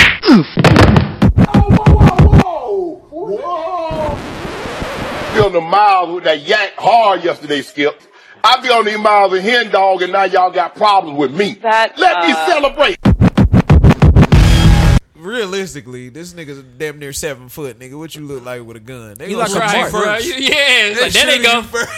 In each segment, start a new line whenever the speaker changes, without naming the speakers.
move!
Whoa, whoa, whoa! Whoa! Be on the miles with that yank hard yesterday, Skip. I be on these miles of hen dog, and now y'all got problems with me.
That,
Let me
uh,
celebrate.
Realistically, this nigga's damn near seven foot, nigga. What you look like with a gun? They
You
gonna
like a
shoot you
right, bro.
first.
You- Yeah, it's like, there they
shooting
go.
you first.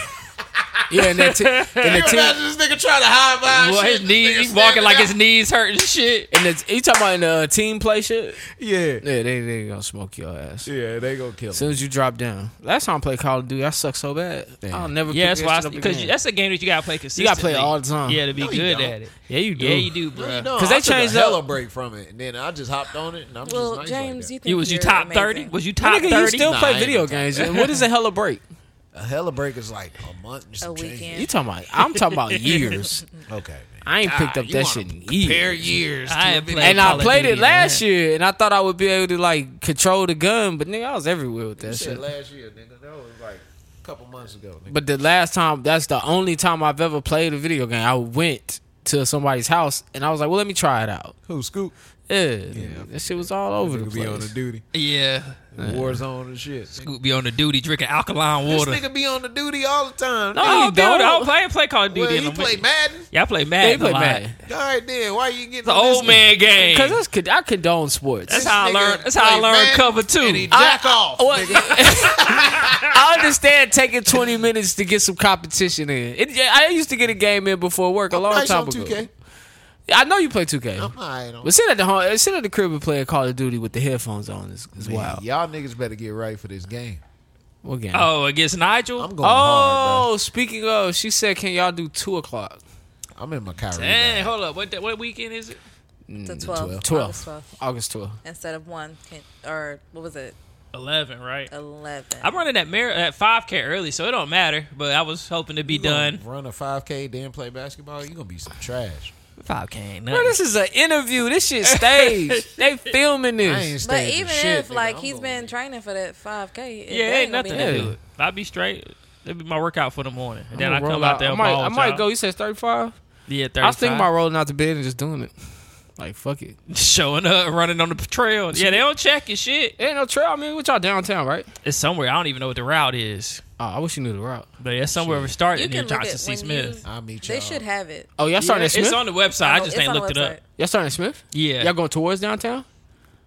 Yeah, and that
Can
and
you imagine this nigga trying to hide behind
Boy,
shit?
his knees, he's walking like his knees hurt and shit. And it's, he talking about in the uh, team play shit.
Yeah.
Yeah, they they gonna smoke your ass.
Yeah, they gonna kill
As
him.
soon as you drop down. Last time I played Call of Duty, I sucked so bad. I'll never.
Yeah, that's
pick that
why.
shit up
Because
again.
that's a game that you gotta play
you
consistently.
gotta play all the time.
Yeah, to be good
don't.
at it.
yeah, you do.
Yeah, you do, bro.
Because they changed
the
up.
hella break from it, and then I just hopped on it, and I'm
Well,
just nice
James,
like
you think
You was you
you're
top
amazing.
thirty? Was you top
Nigga, you
thirty?
still
Nah, I
play
ain't
video
gonna tell
games. And what is a hella break?
that. A hella break is like a month, and some
A
change.
weekend.
You talking about? I'm talking about years.
Okay, man.
I ain't picked up
you
that
wanna
shit in years.
years.
I have played
And
Call
I
of
played it
Duty,
last
man.
year, and I thought I would be able to like control the gun, but nigga, I was everywhere with that shit.
Shit, last year, nigga. That was like a couple months ago. Nigga.
But the last time, that's the only time I've ever played a video game. I went to somebody's house and I was like, "Well, let me try it out."
Who scoop?
Yeah, that shit was all over the
Nigga be on the
place.
duty,
Yeah,
war zone and shit. Nigga.
Scoop be on the duty drinking alkaline
This
water.
nigga be on the duty all the time.
No,
nigga.
he
I don't,
don't.
I don't play, I ain't play Call of Duty.
well,
in
you
the
play
winter.
Madden.
Y'all play Madden.
They play
a lot.
Madden
All right, then why you getting
The
on this
old
nigga?
man game.
because that's con- I condone sports.
That's how I
nigga
learned. That's how I
play
learned
Madden
cover two.
And he jack off.
Well, I understand taking twenty minutes to get some competition in. It, yeah, I used to get a game in before work a long
nice
time
on
ago.
2K.
I know you play two K.
I'm all right on.
But sitting at the home, sitting at the crib and playing Call of Duty with the headphones on is, is
Man,
wild.
Y'all niggas better get right for this game.
What game?
Oh, against Nigel.
I'm
oh,
going hard,
speaking of, she said, "Can y'all do two o'clock?"
bro. I'm in my Kyrie.
Dang, hold up. What, the, what weekend is it?
The 12th.
12th.
12th.
August 12th.
Instead of 1, can, or what was it?
Eleven, right?
11.
I'm running that mar- at five k early, so it don't matter. But I was hoping to be done.
Run a 5K, then play basketball. You gonna be some trash.
Five k,
Bro, this is an interview. This shit staged. they filming
I
this.
ain't
but
staying for
even
shit,
if
nigga.
like
I'm
he's
gonna-
been training for that 5K, it
Yeah,
that
ain't
gonna be
nothing
that
to
nothing.
do it. I'd be straight. That'd be my workout for the morning, and then I
I'ma
come
roll
out there.
I
and
might,
ball
I
with
might
y'all.
go. You said thirty-five.
Yeah, thirty.
I was thinking about rolling out to bed and just doing it. Like fuck it.
showing up, running on the trail. Yeah, they don't check your shit.
Ain't no trail. I mean, with y'all downtown, right?
It's somewhere. I don't even know what the route is,
Oh, I wish you knew the route.
but it's somewhere we're starting
You
near
can look
Johnson
at
C.
when
Smith.
you.
I'll meet y'all.
They should have it.
Oh, y'all starting at
it's
Smith.
on the website. I just
It's
ain't
on the
looked it up.
website.
y'all starting at Smith.
Yeah,
Y'all going towards downtown?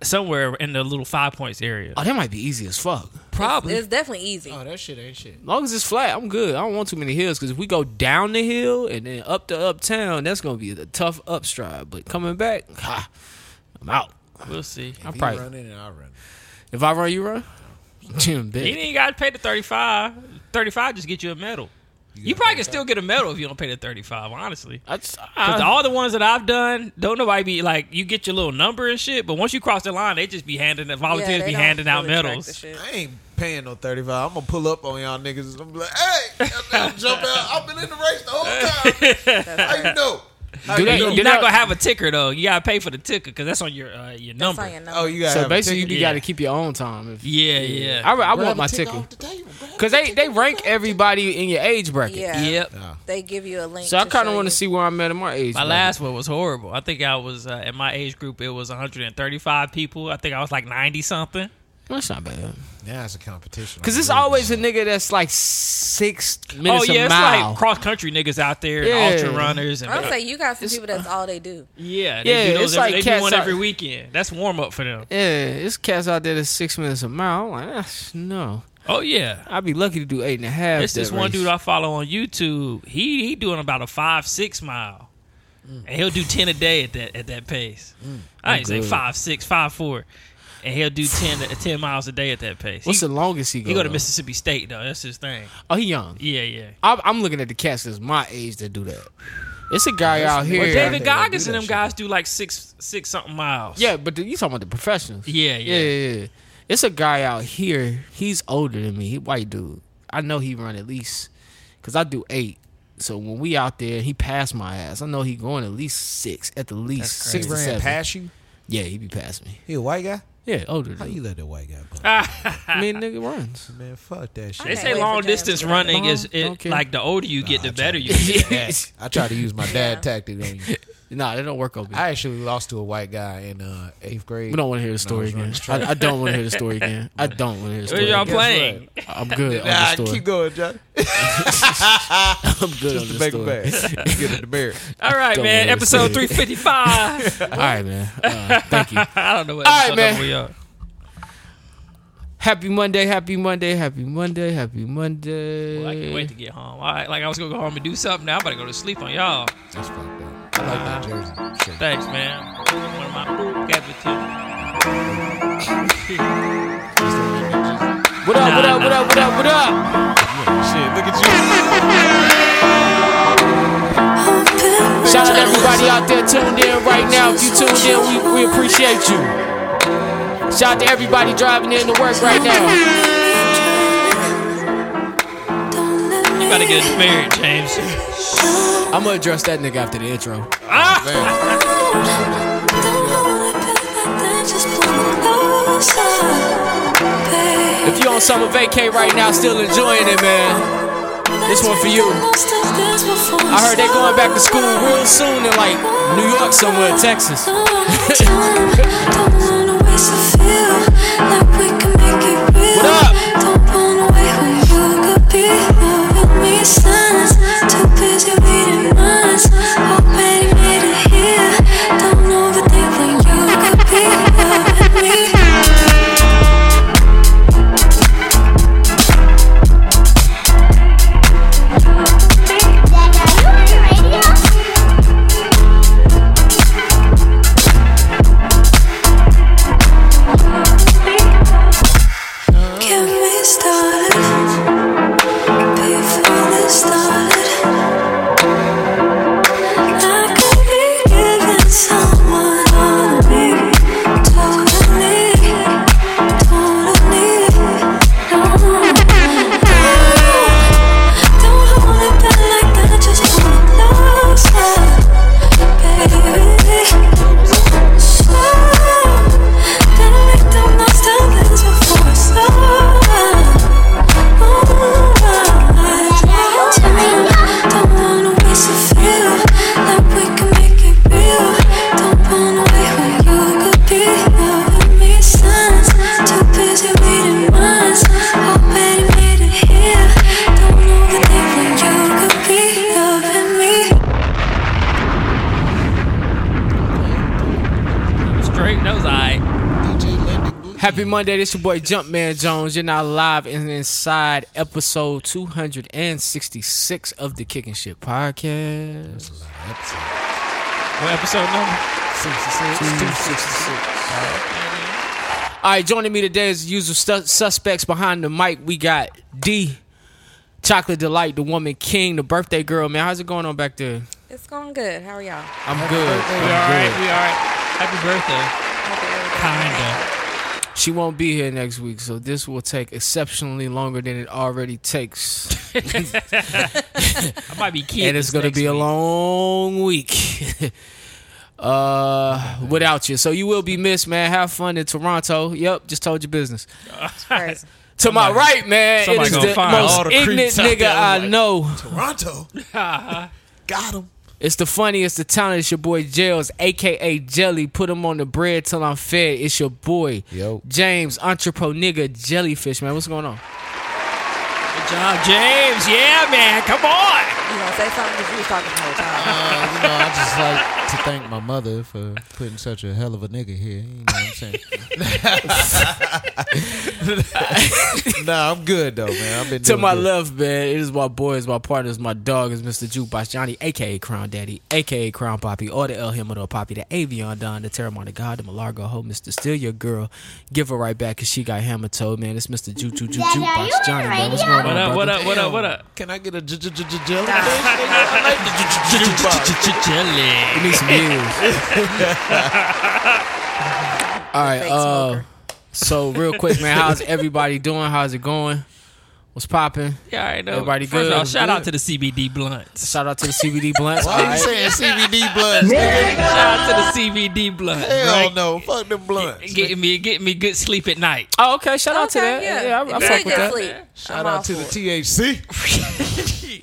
somewhere in the little five points area.
Oh, that might be easy as fuck.
Probably.
It's definitely easy.
Oh, that shit ain't shit.
As long as it's flat, I'm good. I don't want too many hills because if we go down the hill and then up to uptown, that's gonna be a tough upstride. But coming back, ha, I'm out.
we'll see.
I'm
If
probably
you running and I run.
If I run, you run. Jim,
He
bet.
didn't got to pay the 35. 35 just get you a medal. You, probably can still get a medal if you don't pay the 35, honestly.
I just,
'Cause
I,
all the ones that I've done, don't nobody be like, you get your little number and shit, but once you cross the line, they just be handing, volunteers
they
be
don't
handing out
really track the
medals.
shit.
I ain't paying no 35. I'm gonna pull up on y'all niggas. and I'm like, hey, I'm jump out. I've been in the race the whole time. How you know? How
Do
you
they-
know?
do
You're not
I-
going to have a ticker, though. You got to pay for the ticker because that's on your uh, your
That's
number.
how you know.
Oh, you got.
so basically, you
Yeah.
got to keep your own time. If,
yeah, yeah.
I, I want my ticker because they they rank everybody in your age bracket.
yeah.
Yep.
They give you a link.
So I
to
kind of
show
want to
you.
see where I'm at in my age.
My
bracket.
last one was horrible. I think I was, uh, in my age group, it was 135 people. I think I was like 90 something.
That's not bad.
Now it's a competition.
Because it's
I'm
always
losing.
a nigga that's like six
Oh,
minutes
yeah.
a
It's
mile.
like cross country niggas out there
Yeah.
and ultra runners. And
I would say you got some people that's all they do.
Yeah, they
Yeah,
do those
it's
every,
like
they do
cats
one
out-
every weekend. That's warm up for them.
yeah, it's cats out there that's six minutes a mile. I'm like, ah, no,
Oh yeah.
I'd be lucky to do eight and a half.
It's this
that
one
race.
dude I follow on YouTube. He he doing about a five, six mile.
Mm.
And he'll do ten a day at that at that pace. I ain't say
good.
five, six, five, four. And he'll do 10, to- 10 miles a day at that pace.
What's
he,
the uh, longest he go?
he go to
though?
Mississippi State though. That's his thing.
Oh, he young.
Yeah, yeah.
I'm, I'm looking at the cats that's my age that do that. It's a guy out here.
Well, David
they don't
Goggins
do
and
that
them
shit.
guys do like six six something miles.
Yeah, but the, you talking about the professionals?
Yeah,
yeah,
yeah.
yeah, yeah. It's a guy out here. He's older than me. He white dude. I know he run at least because I do eight. So when we out there, he passed my ass. I know he going at least six, at the least six
He
to
ran
seven.
past you.
yeah, he be past me.
He a white guy.
Yeah, older.
How
Than
you let that white guy go?
Ah. I mean, nigga runs.
Man, fuck that shit.
They
Okay.
say
Wait for
long
James
distance
to get
running
back.
is
Mom, don't
it,
care.
like the older you get, the better you
Yeah.
get.
I try to use my dad tactic on you.
Nah, they don't work over here.
I actually lost to a white guy in uh, eighth grade.
We don't want to hear the story
No,
again.
it's
I, I don't want to hear the story again. I don't want to hear the
Where
story.
y'all
again.
playing?
I'm good on
Nah,
the story.
Ah, keep going, John.
I'm good on
Just to
the
make it
story.
bad. Get it to Mary.
All right,
Don't
man.
worry,
Episode
it's
three fifty five.
All right, man. Uh, thank you.
I don't know what.
All right,
episode
man.
number we are.
Happy Monday. Happy Monday. Happy Monday. Happy Monday.
Well, I can't wait to get home. All right, like I was gonna go home and do something. Now I'm about to go to sleep on y'all.
That's fucked up. I like that jersey. Shit.
Thanks, man. One of my gratitude.
What up? What up? What up? What up? What up?
Shit, look at you.
Shout out to everybody out there tuned in right now. If you tuned in, we, we appreciate you. Shout out to everybody driving in to work right now.
You gotta get married, James.
I'm gonna address that nigga after the intro. If you on summer vacay right now, still enjoying it, man.
This one for you.
I
I
heard they going back to school real soon in like New York somewhere, Texas.
what
up?
Don't run away when you could be loving me silence. Too busy reading minds. Already made it here. Don't overthink when you could be loving me. Get me started before they started. I could be giving someone all of me, totally, totally. No, don't hold it back like that. Just hold it closer, baby. So. Gotta make the most of this before it's over. Don't wanna waste a feel like we can make it real. Don't wanna wait when you could be loving me signs. Too busy reading minds. Already made it here. Don't overthink when you could be loving me.
Straight. That was alright.
Happy Monday. This your boy Jumpman Jones. You're now live and inside episode 266 of the Kicking Shit Podcast.
What episode number?
266. All right, joining me today is the usual sus- suspects behind the mic. We got D, Chocolate Delight, the Woman King, the birthday girl. Man, how's it going on back there?
It's going good. How are y'all?
I'm good.
We all
I'm
right.
good.
We all right. Happy birthday. Kinda.
She won't be here next week, so this will take exceptionally longer than it already takes.
I might be kidding.
and it's going to be a long week uh, without you. So you will be missed, man. Have fun in Toronto. Yep, just told your business.
Crazy.
To my right, man, it
somebody
is
gonna
the
find all
most
the
ignorant
creeps out
nigga
there.
I
I'm like-
know.
Toronto. Got him.
It's the funniest, the talent. It's your boy Jails, aka Jelly. Put him on the bread till I'm fed. It's your boy
Yo.
James, entrepreneur nigga Jellyfish, man. What's going on?
Good job, James. Yeah, man. Come on.
You gonna say something because you was talking the whole time.
Uh, you know, I just like to thank my mother for putting such a hell of a nigga here. You know what I'm saying? nah, I'm good though, man. I've been
To
doing
my
good.
left, man, it is my boy, it's my partner, it's my dog, it's Mr. Jukebox Johnny, aka Crown Daddy, aka Crown Poppy, or the El Himador Poppy, the Avion Don, the Terramon, the God, the Malargo Ho, Mr. Steal Your Girl. Give her right back because she got hammer toe, man. It's Mr. Ju Ju Ju Jukebox Johnny, man. What's going on?
What up? What
brother?
up? What up? What up?
Can I get a j- j- j- j- jelly? I like the j- j- j- jukebox.
Jelly.
We need some years. All right.
Fake
Uh,
smoker.
so real quick, man, how's everybody doing? How's it going? What's popping?
Yeah, all right. No,
Everybody
First
good?
Off, shout out to the
Good.
CBD blunts.
Shout out to the CBD blunts.
Why
all
you
right.
saying CBD blunts? nigga?
Shout out to the CBD blunts.
Hell
right?
no, fuck them blunts.
Getting me, getting me good sleep at night.
Oh, okay. Shout out to
Okay,
that. Yeah, I, I
If you
fuck with
get
that.
sleep,
Shout
I'm
out
all
to the
for it.
THC.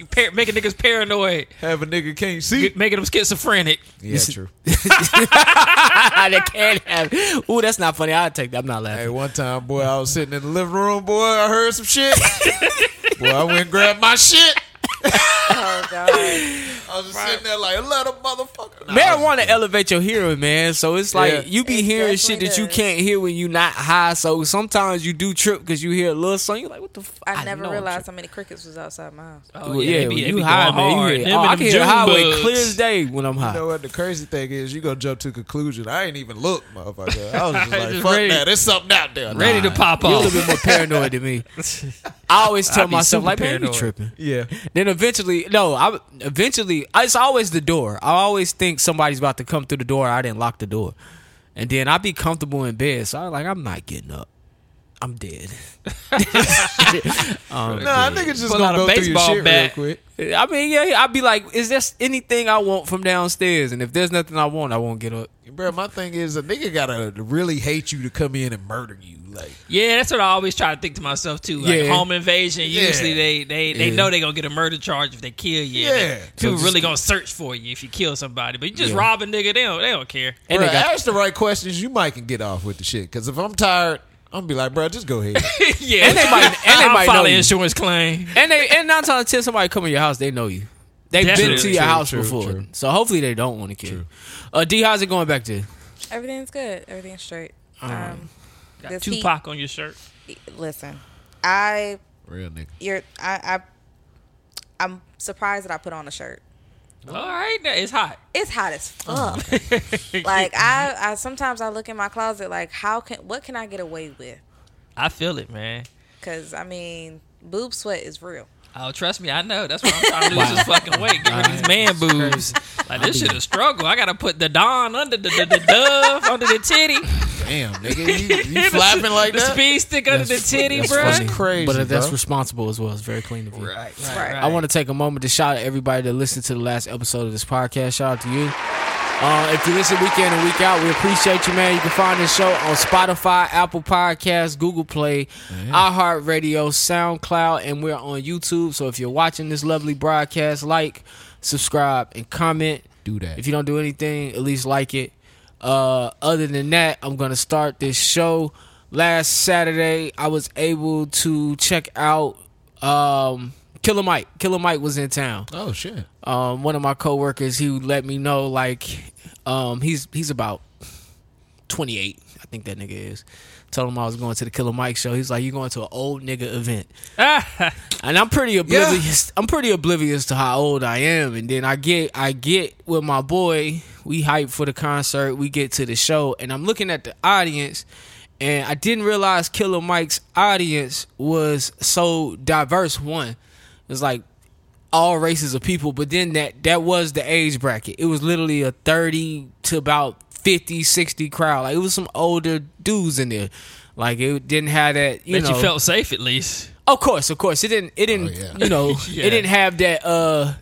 par- making niggas paranoid,
Have a nigga can't see.
making them schizophrenic.
Yeah, true.
they can't have. it. Ooh, that's not funny. I'll take that. I'm not
Hey,
laughing.
one time, boy, I was sitting in the living room, boy. I heard some shit. boy, I went and grabbed my shit.
Oh god.
I was just sitting there like, let a motherfucker. Nah, I was-
Marijuana elevate your hearing, man. So it's like
Yeah.
you be
It
hearing shit
definitely
that you
does.
can't hear when you not high. So sometimes you do trip because you hear a little song. You're like, what the? F-
I, never
know I'm Oh.
realized how many crickets was outside my house.
tripping." Well, yeah,
they be-
when
they be
you
going
high, man. You
hard.
hear,
Them
oh,
and
I
them
can hear
June
highway
bugs.
clear as day when I'm
You
high.
know what? The crazy thing is, you gonna jump to a conclusion. I ain't even look, motherfucker. I was just like,
Just
fuck
ready.
that. There's something out there.
Ready to pop
You're a little
off.
bit more paranoid than me. I always tell
be
myself
super
like, man, you
paranoid.
tripping.
Yeah.
Then eventually, no, I eventually it's always the door. I always think somebody's about to come through the door. I didn't lock the door, and then I'd be comfortable in bed. So I like I'm not getting up. I'm dead. Um,
Nah, niggas just
Pull
gonna
out a
go through your
baseball
shit
bat.
real quick.
I mean, yeah, I'd be like, is there anything I want from downstairs? And if there's nothing I want, I won't get up.
Bro, my thing is, a nigga gotta really hate you to come in and murder you. Like,
Yeah, that's what I always try to think to myself too. Like
Yeah.
home invasion,
Yeah.
usually they they, they
Yeah.
know they gonna get a murder charge if they kill you.
Yeah.
people
So just-
really gonna search for you if you kill somebody. But you just
Yeah.
rob a nigga, they don't they don't care.
And
bruh,
they got
ask the right questions, you might can get off with the shit. Because if I'm tired, I'm gonna be like, bro, just go ahead.
yeah,
And they might- and they
I'll
might
file
know
an
you.
insurance claim.
and they and nine times out of ten, somebody come in your house, they know you. They've been to
Definitely.
your
True,
house
true,
before,
true.
so hopefully they don't want to kill. you. Uh, D, how's it going back to?
Everything's good. Everything's straight. Um,
Got
this
Tupac on your shirt.
heat- listen, I
Real nigga.
you're I, I I'm surprised that I put on a shirt.
All right, now it's hot.
It's hot as fuck. like I, I sometimes I look in my closet like how can what can I get away with?
I feel it, man.
Because I mean, boob sweat is real.
Oh, trust me, I know. That's what I'm trying to lose this fucking weight. Get rid of these man boobs. Like this shit a struggle. I gotta put the don under the, the, the dove under the titty.
Damn, nigga, you, you flapping like
the
that?
speed stick under the titty,
That's
bro.
funny,
crazy,
but that's
bro.
responsible as well. It's very clean of you.
Right. right.
I want to take a moment to shout out everybody that listened to the last episode of this podcast. Shout out to you. Uh, if you listen week in and week out, we appreciate you, man. You can find this show on Spotify, Apple Podcasts, Google Play, iHeartRadio, SoundCloud, and we're on YouTube. So if you're watching this lovely broadcast, like, subscribe, and comment.
Do that.
If you don't do anything, at least like it. Uh, other than that, I'm gonna start this show. Last Saturday, I was able to check out um, Killer Mike. Killer Mike was in town
Oh shit.
um, one of my coworkers, he let me know like um, he's he's about twenty eight, I think that nigga is. Told him I was going to the Killer Mike show. He's like, "You going to an old nigga event?" and I'm pretty oblivious. I'm pretty oblivious to how old I am. And then I get I get with my boy. We hype for the concert. We get to the show, and I'm looking at the audience. And I didn't realize Killer Mike's audience was so diverse. One, it's like all races of people, but then that that was the age bracket. It was literally a 30 to about 50, 60 crowd. Like it was some older dudes in there. Like it didn't have that, you
that
know.
you felt safe at least.
of course, of course, it didn't. It didn't.
yeah.
You know,
Yeah.
it didn't have that. uh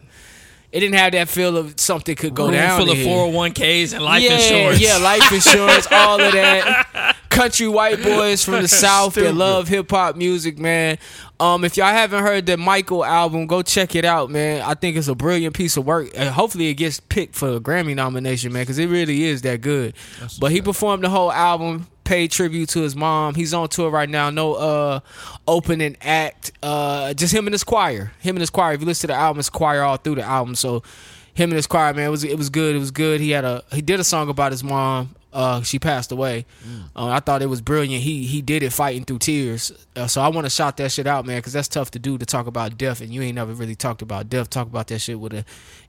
It didn't have that feel of something could go
Room
down.
full of
here.
401ks and life
yeah,
insurance.
yeah, life insurance, all of that. Country white boys from the south that love hip hop music, man. Um, if y'all haven't heard the Michael album, go check it out, man. I think it's a brilliant piece of work, and hopefully it gets picked for a Grammy nomination, man, because it really is that good. but he performed the whole album, paid tribute to his mom. He's on tour right now. No uh opening act. Uh, just him and his choir. Him and his choir. If you listen to the album, it's choir all through the album. So him and his choir man it was it was good it was good he had a he did a song about his mom uh she passed away
Mm.
uh, i thought it was brilliant he he did it fighting through tears uh, so i want to shout that shit out man because that's tough to do to talk about death and you ain't never really talked about death talk about that shit with an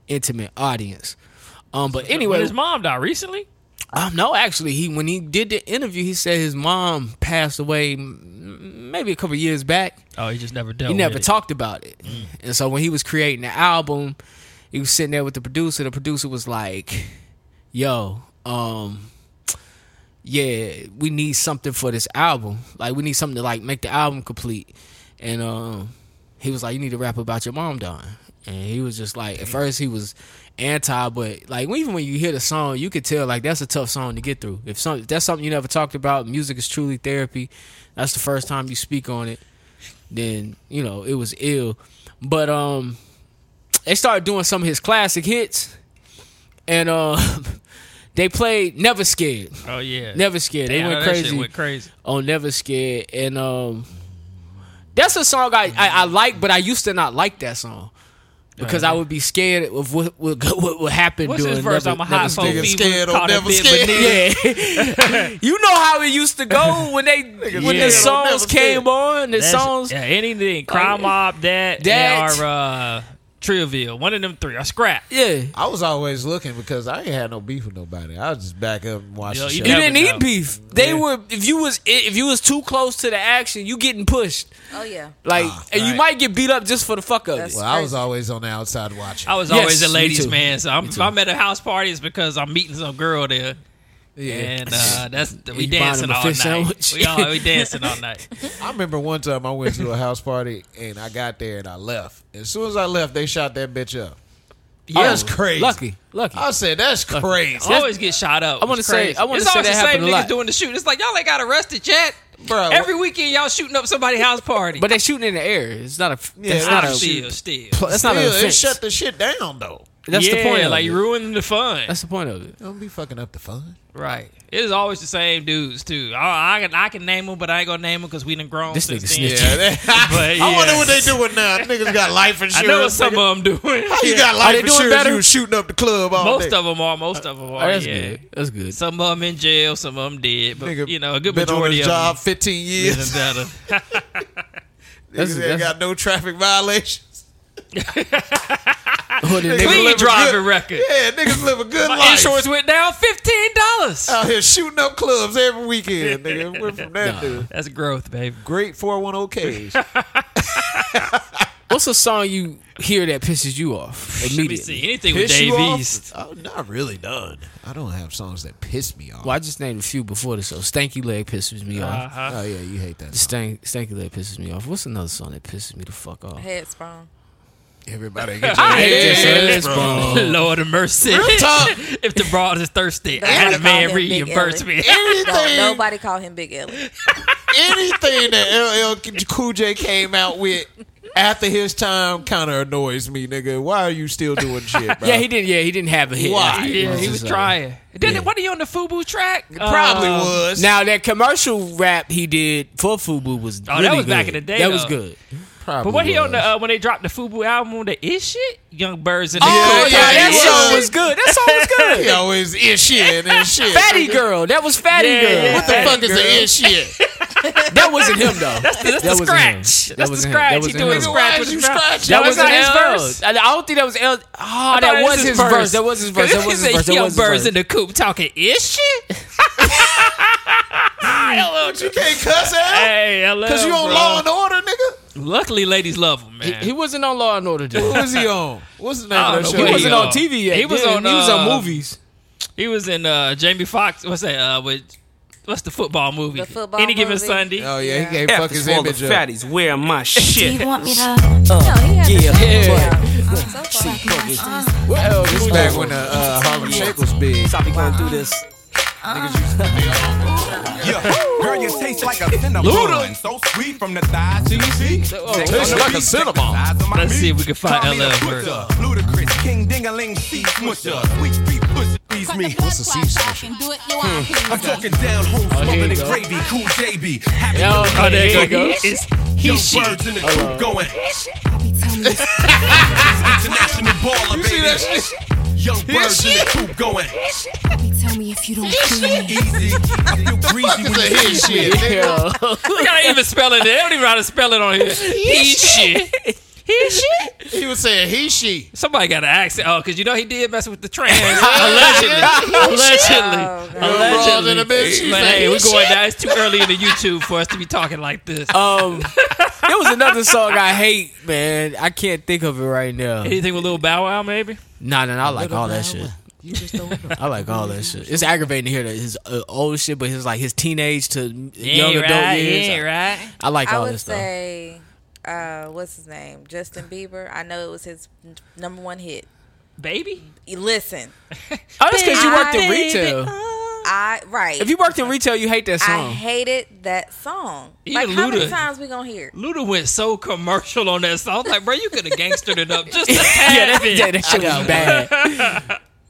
intimate audience um but
When
anyway
his mom died recently.
um, no actually he when he did the interview he said his mom passed away m- maybe a couple years back
Oh, he just never dealt.
he never
with it. Mm.
talked about it. And so when he was creating the album, he was sitting there with the producer. The producer was like, "Yo, um, yeah, we need something for this album. Like, we need something to like make the album complete." And um, he was like, "You need to rap about your mom dying." And he was just like, at first he was anti, but like even when you hear the song, you could tell like that's a tough song to get through. If some if that's something you never talked about, music is truly therapy. That's the first time you speak on it then you know it was ill but um they started doing some of his classic hits, and uh, they played "Never Scared."
Oh yeah.
Never Scared.
Damn,
they
that
went
shit
crazy
Went crazy.
on "Never Scared," and um, that's a song I, I I like, but I used to not like that song because I would be scared of what would what would happen
What's
during
his verse?
Never,
I'm a hot
Never
soul
Scared.
Nigga
fever.
scared on
caught a
never
bit
scared.
beneath.
Yeah, you know how it used to go when they when
Yeah.
the songs
Never Scared.
came on. The
That's-
songs Oh,
Yeah, anything. Crime Mob, that,
That.
or uh, Trivial. One of them three. Or Scrap.
Yeah.
I was always looking because I ain't had no beef with nobody. I was just back up and watch
Yo,
the
you
show.
You
Yeah,
didn't
but
need
no.
beef. They were if you was if you was too close to the action, you getting pushed.
Oh yeah.
Like and you
Ah, right.
might get beat up just for the fuck of
That's-
it.
well, I was always on the outside watching.
I was
Yes,
always a
me
ladies'
too.
man, so I'm, if I'm at a house party, it's because I'm meeting some girl there.
yeah.
And uh, that's we
You buying
dancing
him a
all night.
fish sandwich?
We all we dancing all night.
I remember one time I went to a house party and I got there and I left. As soon as I left, they shot that bitch up. Yeah, that's crazy.
Lucky, lucky.
I said that's crazy,
I always get shot up.
I wanna
It's
say-
crazy.
I wanna
it's
say
always
that
the same
happened a
niggas
lot.
doing the shoot. It's like y'all ain't got arrested yet.
bro.
Every weekend y'all shooting up somebody's house party.
but they shooting in the air. It's not a
Yeah,
that's
it's
not
I'm
a
still, still.
that's not an
Still, it
offense.
shut the shit down though.
that's the
Yeah,
point. of
Like
it.
you ruining the fun.
That's the point of it.
Don't be fucking up the fun.
Right. It is always the same dudes too. I, I can I can name them, but I ain't gonna name them because we done grown.
This
since
nigga
then.
snitching.
But,
I wonder
yeah.
what they doing now. Niggas got life insurance.
I know what some
nigga.
of them doing.
How you got life
they doing
insurance?
better?
You was shooting up the club all
most
day.
of them are. Most of them
Oh,
are.
that's
yeah.
good. That's good.
Some of them in jail. Some of them dead. But
Nigga
you know, a good
been on
majority
his
of
job
them.
15
is
years.
better.
That's-
Niggas ain't
that's-
got no traffic violations.
Hood in
Niggas
there.
Clean
live a
driving
good-
record.
Yeah, niggas live a good
My
life. Uh,
insurance went down fifteen dollars.
out here shooting up clubs every weekend, nigga. Went from that dude.
That's growth, baby.
Great 410Ks.
What's a song you hear that pisses you off
Let me see
immediately?
anything with Dave East.
I'm Uh, not really done. I don't have songs that piss me off.
Well, I just named a few before this. So Stanky Leg pisses me off.
Uh-huh.
Oh yeah, you hate that. Song.
Stank, Stanky Leg pisses me off. What's another song that pisses me the fuck off?
Head sprung.
Everybody get your
Yes,
head
yes, bro.
Lord of mercy.
talk.
if the broad is thirsty, I
Nobody
had a man
call him Big
reimburse
Ellie.
me.
Don't
Anything,
nobody call him Big Ellie.
anything that LL Cool J came out with after his time kind of annoys me, nigga. Why are you still doing shit, bro?
Yeah, he did. Yeah, he didn't have a hit.
Why?
after that.
Yeah,
It's
he
just
was
like-
trying. Didn't what are you on the Fubu track?
probably
Uh,
was.
Now that commercial rap he did for Fubu was
Oh, that
really
was back
good.
in the day,
That
though.
was good.
probably
But what he on the
was.
uh, when they dropped the Fubu album on the ish shit? Young Birds in the
Oh
Hood.
yeah,
yeah,
that
he
song
was.
was good. That song was good.
He always is shit and shit.
Fatty girl, that was Fatty
Yeah,
girl.
yeah,
What the
Fatty
fuck is
girl.
the ish shit? that wasn't him though. That's
the- that's the scratch. That's the scratch. He doing
him.
his
That
Why
scratch. with
is you
his mouth.
scratching?
That was
wasn't
not
his
his
verse. I I don't think that was L. Oh,
thought
that
it was
was
his
his verse.
verse.
That was his verse. That was
This
his verse.
is a
That
young
was his
birds
verse.
in the coop talking ish shit.
You can't cuss out
Hey, hello,
because you on
bro.
Law and Order, nigga.
Luckily, ladies love him, man.
He wasn't on Law and Order. Dude.
Who was he on? What's the name
I don't
of
know
that show?
what
he
he
wasn't
on.
on TV yet.
He was
dude.
on,
He was
uh,
on movies.
He was in uh, Jamie Foxx. What's that? Uh, with what's the football movie?
The football
Any given
movie.
Sunday.
Oh yeah,
Yeah.
he can't fuck his image up.
fatties wearing my shit.
no, he has
yeah.
yeah,
Yeah.
So far.
This was back when the uh, Harlem Shake was big.
Stop me going through this.
Yeah. Girl, you taste like a cinnamon. So sweet from the thighs to your feet.
Tastes like a cinnamon.
Let's see if we can find LL first.
Ludicrous, King Dingaling, Sea Smusher. Sweet feet pussy, please me. Hmm.
What's a sea smusher?
I'm talking down home, smoking the gravy, cool JB. Happy
Yo,
Oh,
there
there
you
you
go.
go. It's he
Young
shit.
birds in the coop going. International baller,
see that
baby. Young birds in the coop going. Easy. I feel greasy when you
His shit. nigga.
Yeah.
They don't even spell it. They don't even know how to spell it on here. He shit. He shit.
He was saying he, she.
Somebody got an accent. Oh, because you know he did mess with the trans. Allegedly.
Oh,
Allegedly.
God.
Bras in the
Allegedly.
bitch. She's
But
like,
hey,
he
we're going
shit. Uh,
down. It's too early in the YouTube for us to be talking like this.
Um, there was another song I hate, man. I can't think of it right now.
Anything with Lil Bow Wow, maybe?
Nah, nah, nah I like all that shit. I like all that shit. It's aggravating to hear that his uh, old shit, but his like his teenage to young adult years. I-
right.
I like
I
all
would
this stuff.
say, uh, what's his name? Justin Bieber. I know it was his n- number one hit.
Baby?
Listen,
Oh, that's because you worked in
Baby,
retail.
oh, I right.
If you worked in retail, you hate that
I
song.
hated that song.
Even
like how many
Luda.
times we gonna hear? it?
Luda went so commercial on that song. I was like, bro, you could have gangstered it up just a tad bit.
yeah, that shit was bad.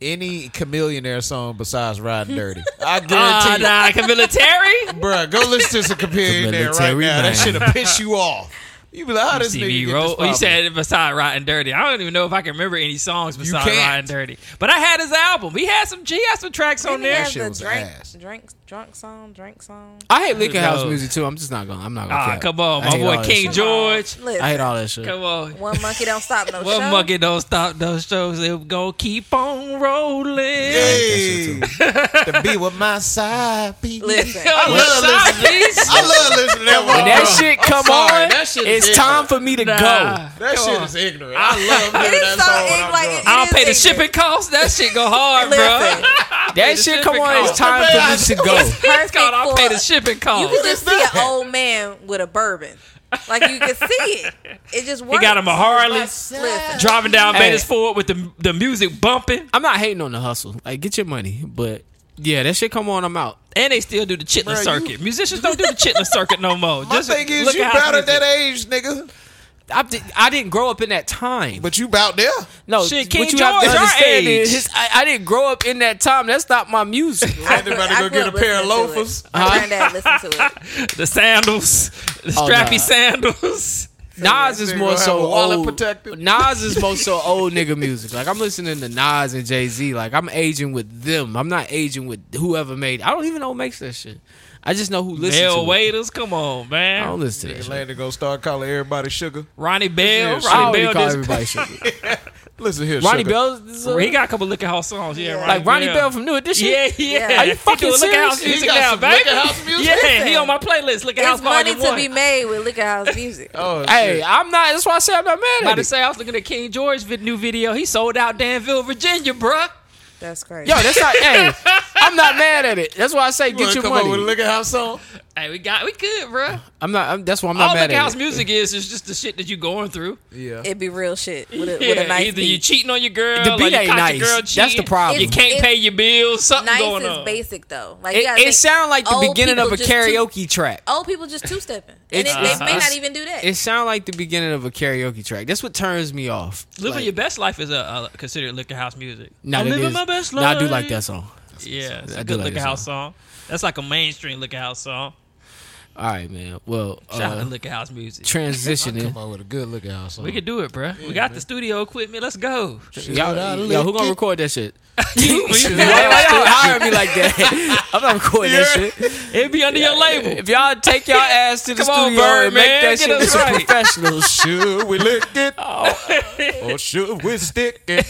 Any chameleonaire song besides Riding Dirty. I
Ah,
guarantee you.
nah, Camilla Terry.
Bruh, go listen to some chameleonaire right
Military
now. That
Man.
shit'll piss you off. You be like, how this nigga
TV
get
Road.
this
He
problem?
said beside Rotten Dirty. I don't even know if I can remember any songs beside
can't.
Rotten Dirty. But I had his album. He had some G had some tracks on
Didn't he
there.
have
shit
the
was
drink,
ass.
drink, drunk song, drink song.
I hate liquor house
knows?
music too. I'm just not gonna. I'm not gonna.
Ah,
cap.
come on,
I
my
hate all
boy
that
King
shit.
George.
I hate
Listen,
all that shit.
Come on.
one monkey don't stop
Oh,
no
Well,
show.
monkey don't stop those shows. They're gonna keep on rolling.
Hey, to be with my side people.
Listen,
I
love
love these.
I love listening to that one.
When that shit
I'm
come
sorry,
on,
that shit is
it's time for me to go.
That shit is ignorant. I
It
love hearing
is
that
so
song when
ig-
I'm
like,
drunk.
it-
I don't pay the
is ignorant.
shipping costs. That shit go hard, bro.
listen.
That shit come
shipping
on,
call.
it's time for me to go.
It's called I'll pay the shipping
You
cost.
can just see
that?
an old man with a bourbon. Like you can see it. It just
He
works.
got him a Harley,
Listen,
driving down
Hey.
Vegas Ford with the the music bumping,
I'm not hating on the hustle. Like, get your money. But yeah, that shit come on, I'm out.
and they still do the chitlin
Bruh, you-
circuit. Musicians don't do the chitlin circuit no more.
My
Just
thing is,
look
you
at how
about at
music-
that age, nigga,
I, did, I didn't grow up in that time.
but you about there.
no,
Shit, King
what you have to
George, our
understand
age.
is his, I, I didn't grow up in that time. That's not my music.
Everybody
I
go
grew
get a
up
pair of
listening to it.
loafers.
My granddad listened to it.
the sandals, the
Oh,
strappy
nah.
sandals.
Nas is
Nigga
more
gonna
so
have a wallet
old.
protected.
Nas is more so old nigga music. Like I'm listening to Nas and Jay Z. Like I'm aging with them. I'm not aging with whoever made. I don't even know who makes that shit. I just know who listens to
Bell
it.
waiters, come on,
I don't
man.
listen to that.
Nigga,
Shit.
later gonna start calling everybody sugar.
Ronnie Bell,
Yeah,
I
Ronnie
already
Bell.
call
Just,
everybody sugar.
Listen here,
Ronnie
sugar.
Bell, is, uh,
he got a couple liquor house songs. Yeah,
Yeah.
Ronnie
like Ronnie Bell from New Edition.
yeah, yeah.
Are
you
He
fucking
doing liquor house
serious? He
music
got
now,
some
baby.
liquor house music?
Yeah, he on my playlist. Liquor house
It's money
volume
to
one.
be made with liquor house music.
Oh, shit.
Hey, I'm not. That's why I say I'm not mad
About
at
to
it.
say, I was looking at King George vid- new video. He sold out Danville, Virginia, bruh.
That's crazy.
Yo, that's not. hey, I'm not mad at it. That's why I say
You wanna
get your
come up with a
money.
liquor house song.
Hey, we got, we good, bruh.
I'm not. I'm, that's why I'm not
All
mad
liquor
at
house
it.
music is is just the shit that you going through.
Yeah,
It'd be real shit with a, with
Yeah,
a nice
either you
beat.
cheating on your girl,
The
or
beat
you
ain't
caught
nice.
your girl
That's
cheating.
the problem.
You can't
It's-
pay your bills. Something
nice
going
is
on.
basic though. Like you
It,
gotta
it
think,
sounds like the
old
beginning of
people
a
just two-
karaoke track.
Old people just two stepping, and it,
It's-
they may
it's-
not even do that.
It sounds like the beginning of a karaoke track. That's what turns me off.
Living
Like,
your best life is a, uh considered liquor house music.
nah,
I'm
that
living
is-
my best life.
nah, I do like that song.
Yeah, it's
I
a
do
good
like
liquor
that
house song. That's like a mainstream liquor house song.
All right, man. Well,
Shout out to
uh,
liquor house music.
transitioning.
come up with a good liquor house song.
we can do it, bruh. we got the studio equipment. Let's go.
Y'all, yo, who gonna record that shit? Why
It'd
y'all hire me like that? I'm not recording that shit.
be under your label.
If y'all take y'all ass to the
Come on,
studio
Bird,
and make
man.
that
Get
shit
us
with some
right.
professionals,
Should we lick it?
Oh.
or should we stick it?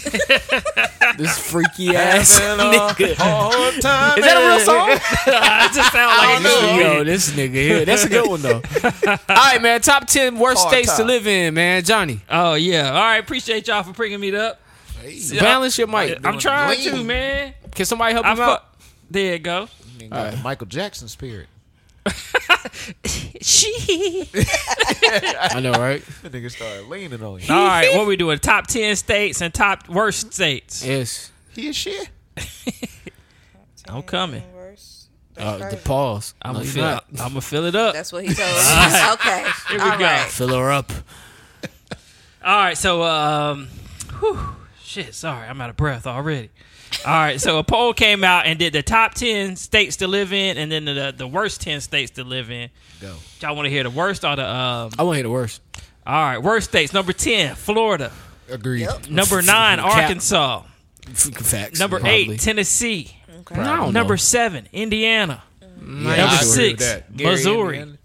this freaky ass
Having a
nigga.
hard time.
Is that a real song?
I just sound like a
know.
movie.
Oh, Yo, this nigga here. That's a good one though. All right, man. Top ten worst
Hard
states to
time.
live in, man. Johnny,
Oh yeah. All right. Appreciate y'all for bringing me up. Yeah.
balance your mic.
I'm trying
lean.
to, man.
Can somebody help
I
him out?
fuck. There you go.
Nigga, the Michael Jackson spirit.
She.
I know, right?
That nigga started leaning on you.
All right. What we doing? Top ten states and top worst states.
Yes.
He is shit.
I'm coming.
Worse.
Uh, the pause.
I'm
No,
gonna
you're
fill.
not.
I'm gonna fill it up.
That's what he told us. okay.
Here we
All
go.
right.
Fill her up.
All right, so um, whew, shit. Sorry, I'm out of breath already. All right, so a poll came out and did the top ten states to live in, and then the the worst ten states to live in.
Go.
Y'all want to hear the worst or the um?
I want to hear the worst.
All right, worst states. Number ten, Florida.
Agreed.
Number nine,
Cap.
Arkansas.
Freaking facts.
Number
probably.
eight, Tennessee.
No,
Number seven, Indiana.
Number
Number
Mm. I agree with
six,
that. Gary
Missouri.
Indiana.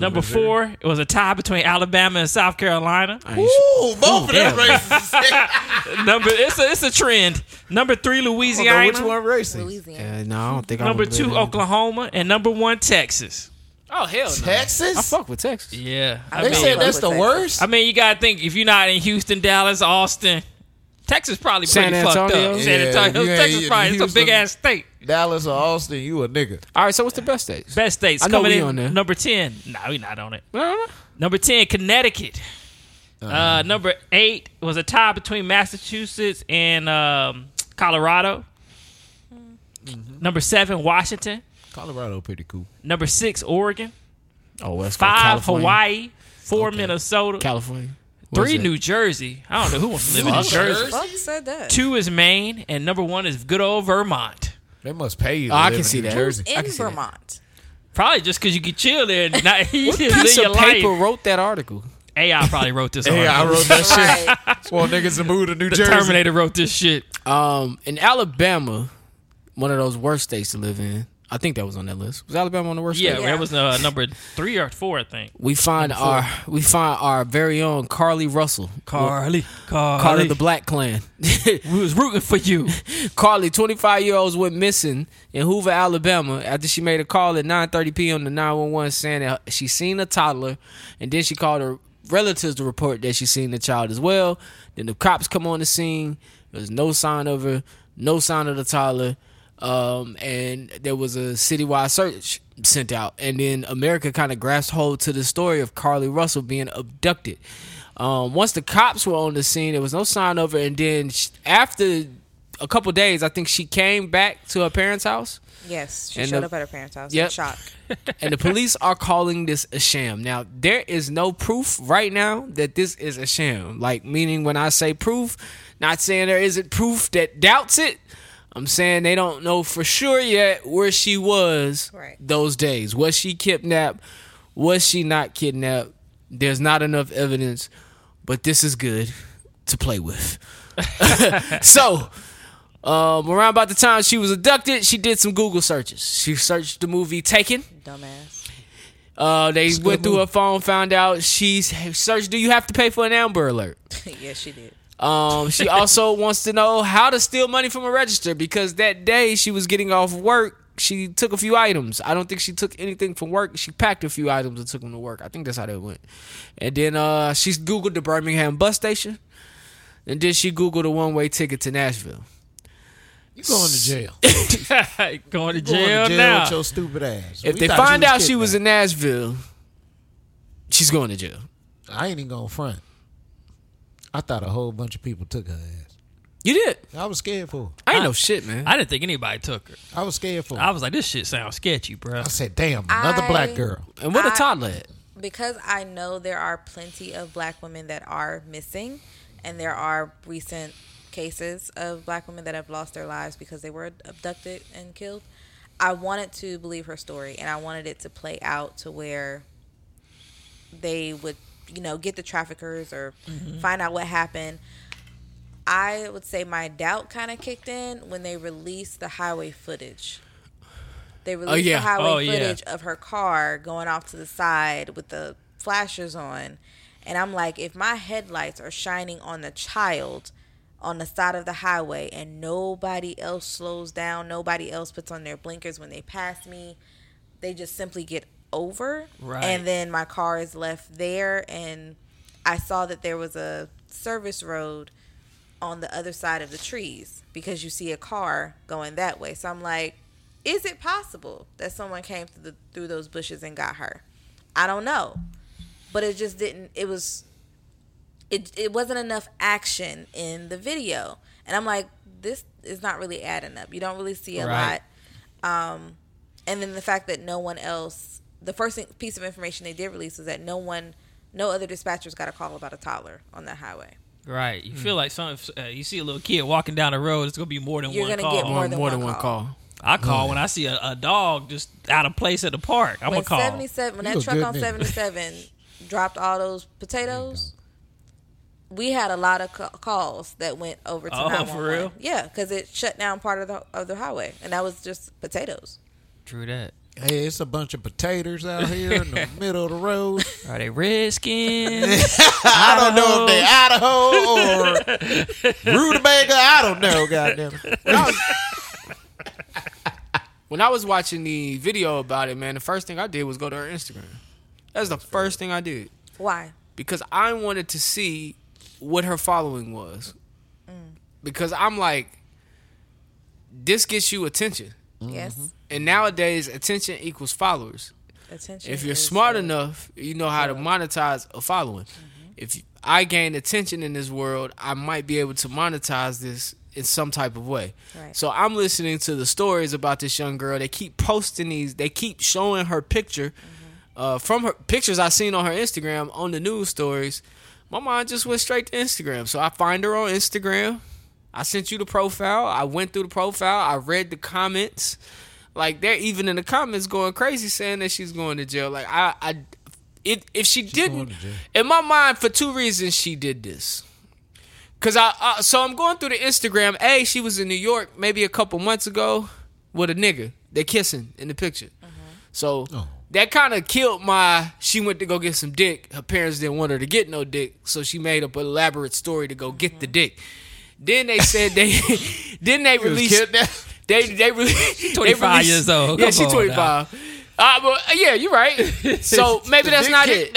Number four, it was a tie between Alabama and South Carolina.
Ooh, both of them racist.
Number it's a it's a trend. Number three,
I don't know which
Louisiana.
one racist?
Louisiana.
Uh, no, I don't think I
Number
wanna live
two, Oh,
in-
Oklahoma, and number one, Texas.
Oh hell, no.
Texas?
I fuck with Texas.
Yeah, I
they
mean,
said that's the
Texas.
worst.
I mean, you gotta think if you're not in Houston, Dallas, Austin, Texas probably
San
pretty fucked
Antonio?
up. San
Yeah,
Antonio,
you ain't
Texas
in
probably it's a
Houston.
big ass state.
Dallas or Austin, you a nigga.
All right, so what's the best states?
Best states
I know
coming
we
in
on there.
number ten. No, we not on it.
Uh,
Number ten, Connecticut. Uh, number eight was a tie between Massachusetts and um, Colorado. Number seven, Washington.
Colorado pretty cool.
Number six, Oregon.
Oh, that's
Five,
California.
Hawaii. Four, Minnesota.
California. What
three,
is that?
New Jersey. I don't know who wants to live in New Jersey.
Fuck said that.
Two is Maine, and number one is good old Vermont.
They must pay you. to
Oh, I
live
can
in
see
New
that.
Jersey.
I
in
can see that.
Vermont.
Probably just because you could chill there and not you just live
Piece
your
of paper
life.
wrote that article.
AI probably wrote this.
Hey, I
article.
wrote that shit.
Right.
That's why niggas to move to New
the
Jersey.
Terminator wrote this shit.
Um, in Alabama, one of those worst states to live in. I think that was on that list. Was Alabama on the worst?
Yeah,
state?
that was uh, number three or four, I think.
We find our we find our very own Carly Russell,
Carly, Carly,
Carly the Black Clan.
we was rooting for you.
Carly, 25 year olds went missing in Hoover, Alabama, after she made a call at 9:30 p.m. to 911 saying that she seen a toddler, and then she called her relatives to report that she seen the child as well. Then the cops come on the scene. There's no sign of her, no sign of the toddler, um, and there was a citywide search sent out. And then America kind of grasped hold to the story of Carly Russell being abducted. Um, once the cops were on the scene, there was no sign of her, and then sh after a couple days, I think she came back to her parents' house,
Yes, she
And
showed
the-
up at her parents' house.
Yep.
in Shock.
and the police are calling this a sham. Now, there is no proof right now that this is a sham. Like, meaning when I say proof, not saying there isn't proof that doubts it. I'm saying they don't know for sure yet where she was
Right.
those days. Was she kidnapped? Was she not kidnapped? There's not enough evidence, but this is good to play with. so, um, around about the time she was abducted, she did some Google searches. She searched the movie Taken.
Dumbass.
Uh, they
a
went
good
through her
movie.
phone, found out she's searched. Do you have to pay for an Amber Alert?
yes, she did.
Um, she also wants to know how to steal money from a register because that day she was getting off work. She took a few items. I don't think she took anything from work. She packed a few items and took them to work. I think that's how that went. And then uh, she's Googled the Birmingham bus station. And then she Googled a one way ticket to Nashville.
You going to jail.
Going to
You going
jail,
to jail
now.
with your stupid ass.
If
We
they
thought
find
you
out she was in
kidnapped.
Nashville, she's going to jail.
I ain't even going to front. I thought a whole bunch of people took her ass.
You did.
I was scared for her.
I ain't no shit, man.
I didn't think anybody took her.
I was scared for her.
I
I,
was like, this shit sounds sketchy, bro.
said, damn, another
I-
black girl.
and what a
I-
toddler at?
because I know there are plenty of black women that are missing, and there are recent cases of black women that have lost their lives because they were abducted and killed. I wanted to believe her story, and I wanted it to play out to where they would, you know, get the traffickers or
Mm-hmm.
find out what happened. I would say my doubt kind of kicked in when they released the highway footage. They released
yeah.
the highway
Oh, yeah.
footage of her car going off to the side with the flashers on. And I'm like, if my headlights are shining on the child on the side of the highway and nobody else slows down, nobody else puts on their blinkers when they pass me, they just simply get over.
Right.
And then my car is left there. And I saw that there was a service road on the other side of the trees because you see a car going that way. So I'm like, is it possible that someone came through, the, through those bushes and got her? I don't know, but it just didn't. It was, it it wasn't enough action in the video, and I'm like, this is not really adding up. You don't really see a
Right.
lot, um, and then the fact that no one else. The first thing, piece of information they did release was that no one, no other dispatchers got a call about a toddler on that highway.
Right.
hmm.
You feel like some. Uh, you see a little kid walking down the road. It's gonna be more than
You're
one
gonna
call.
get more than,
More
one,
than one
call.
call.
I
Hmm.
call when I see a, a dog just out of place at the park. I'm
when
gonna call.
77 when
You
that
a
truck
good
on
nigga.
77 dropped all those potatoes we had a lot of ca- calls that went over to
Oh, for
911
real?
yeah because it shut down part of the of the highway and that was just potatoes
True that.
Hey, it's a bunch of potatoes out here in the middle of the road.
Are they redskins?
I don't know if they Idaho or rutabaga. I don't know. Goddamn. it.
When I was watching the video about it, man, the first thing I did was go to her Instagram. That's the first thing I did
why
because I wanted to see what her following was. Because I'm like, this gets you attention,
yes
Mm-hmm.
and nowadays attention equals followers.
attention
If you're
is-
smart enough, you know how to monetize a
Mm-hmm.
following. If you- I gain attention in this world, I might be able to monetize this in some type of way.
Right.
So I'm listening to the stories about this young girl. They keep posting these. They keep showing her picture
Mm-hmm.
uh, from her pictures I seen on her Instagram on the news stories. My mind just went straight to Instagram. So I find her on Instagram. I sent you the profile. I went through the profile. I read the comments. Like they're even in the comments going crazy saying that she's going to jail. Like I, I it, if she
going
didn't,
to jail.
in my mind, for two reasons she did this. Cause I, I so I'm going through the Instagram. A, she was in New York maybe a couple months ago with a nigga. They're kissing in the picture. So
Oh.
that kind of killed my. She went to go get some dick. Her parents didn't want her to get no dick, so she made up an elaborate story to go get the dick. Then they said they. then they released.
kidnapped?
They they really. She's
25 years old.
Yeah,
Come
she's
on
25. Uh, well, yeah, you're right. So maybe that's not it.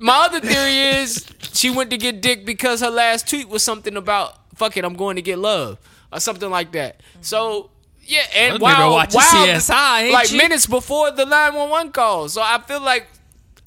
My other theory is she went to get dick because her last tweet was something about "fuck it, I'm going to get love" or something like that. So yeah, and
Those niggas
wow,
watching CSI, ain't
like
you?
minutes before the 911 call. So I feel like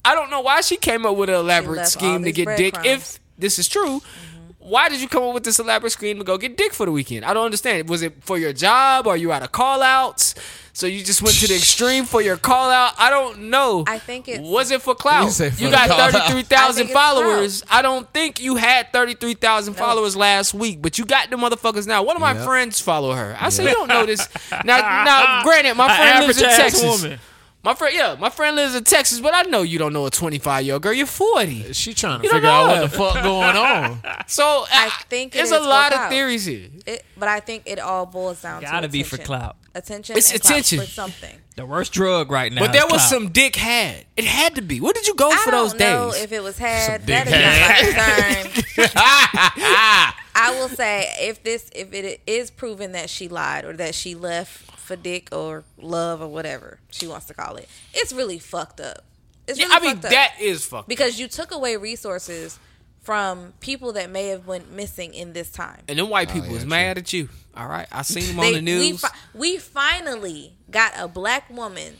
I don't know why she came up with an elaborate
left all
scheme to
these
get dick.
breadcrumbs.
If this is true.
Mm-hmm.
Why did you come up with this elaborate scheme to go get dick for the weekend? I don't understand. Was it for your job? Are you out of call outs? So you just went to the extreme for your call out? I don't know.
I think it's-
was it for clout?
You say for
You
the
got
call out.
thirty-three
I
thousand
think it's clout.
followers. I don't think you had thirty-three thousand followers last week, but you got the motherfuckers now. One of my
Yep.
friends follow her. I say you don't know this. Now, now, granted, my friend lives in
average-ass
Texas.
woman.
My friend, yeah, my friend lives in Texas, but I know you don't know a twenty-five-year-old girl. You're forty,
She trying to
You don't
figure out
know
what the fuck going on.
so I,
think it
there's
is
a
for
lot of
clout.
theories here.
It, but I think it all boils down to
Gotta be for
attention.
clout.
Attention.
It's
and clout
attention.
for something.
The worst drug right now.
But
is
there was
clout.
some dick had. It had to be. Where did you go
I
for
don't
those
know
days?
if it was had.
Some
That
dick
is not my concern. I will say if this if it is proven that she lied or that she left for dick or love or whatever she wants to call it, it's really fucked up. It's
Yeah,
really
I mean,
fucked up.
that is fucked.
because you took away resources from people that may have went missing in this time.
And them
Oh,
white people was mad at you. All right, I seen them on the
we,
news.
fi- we finally got a black woman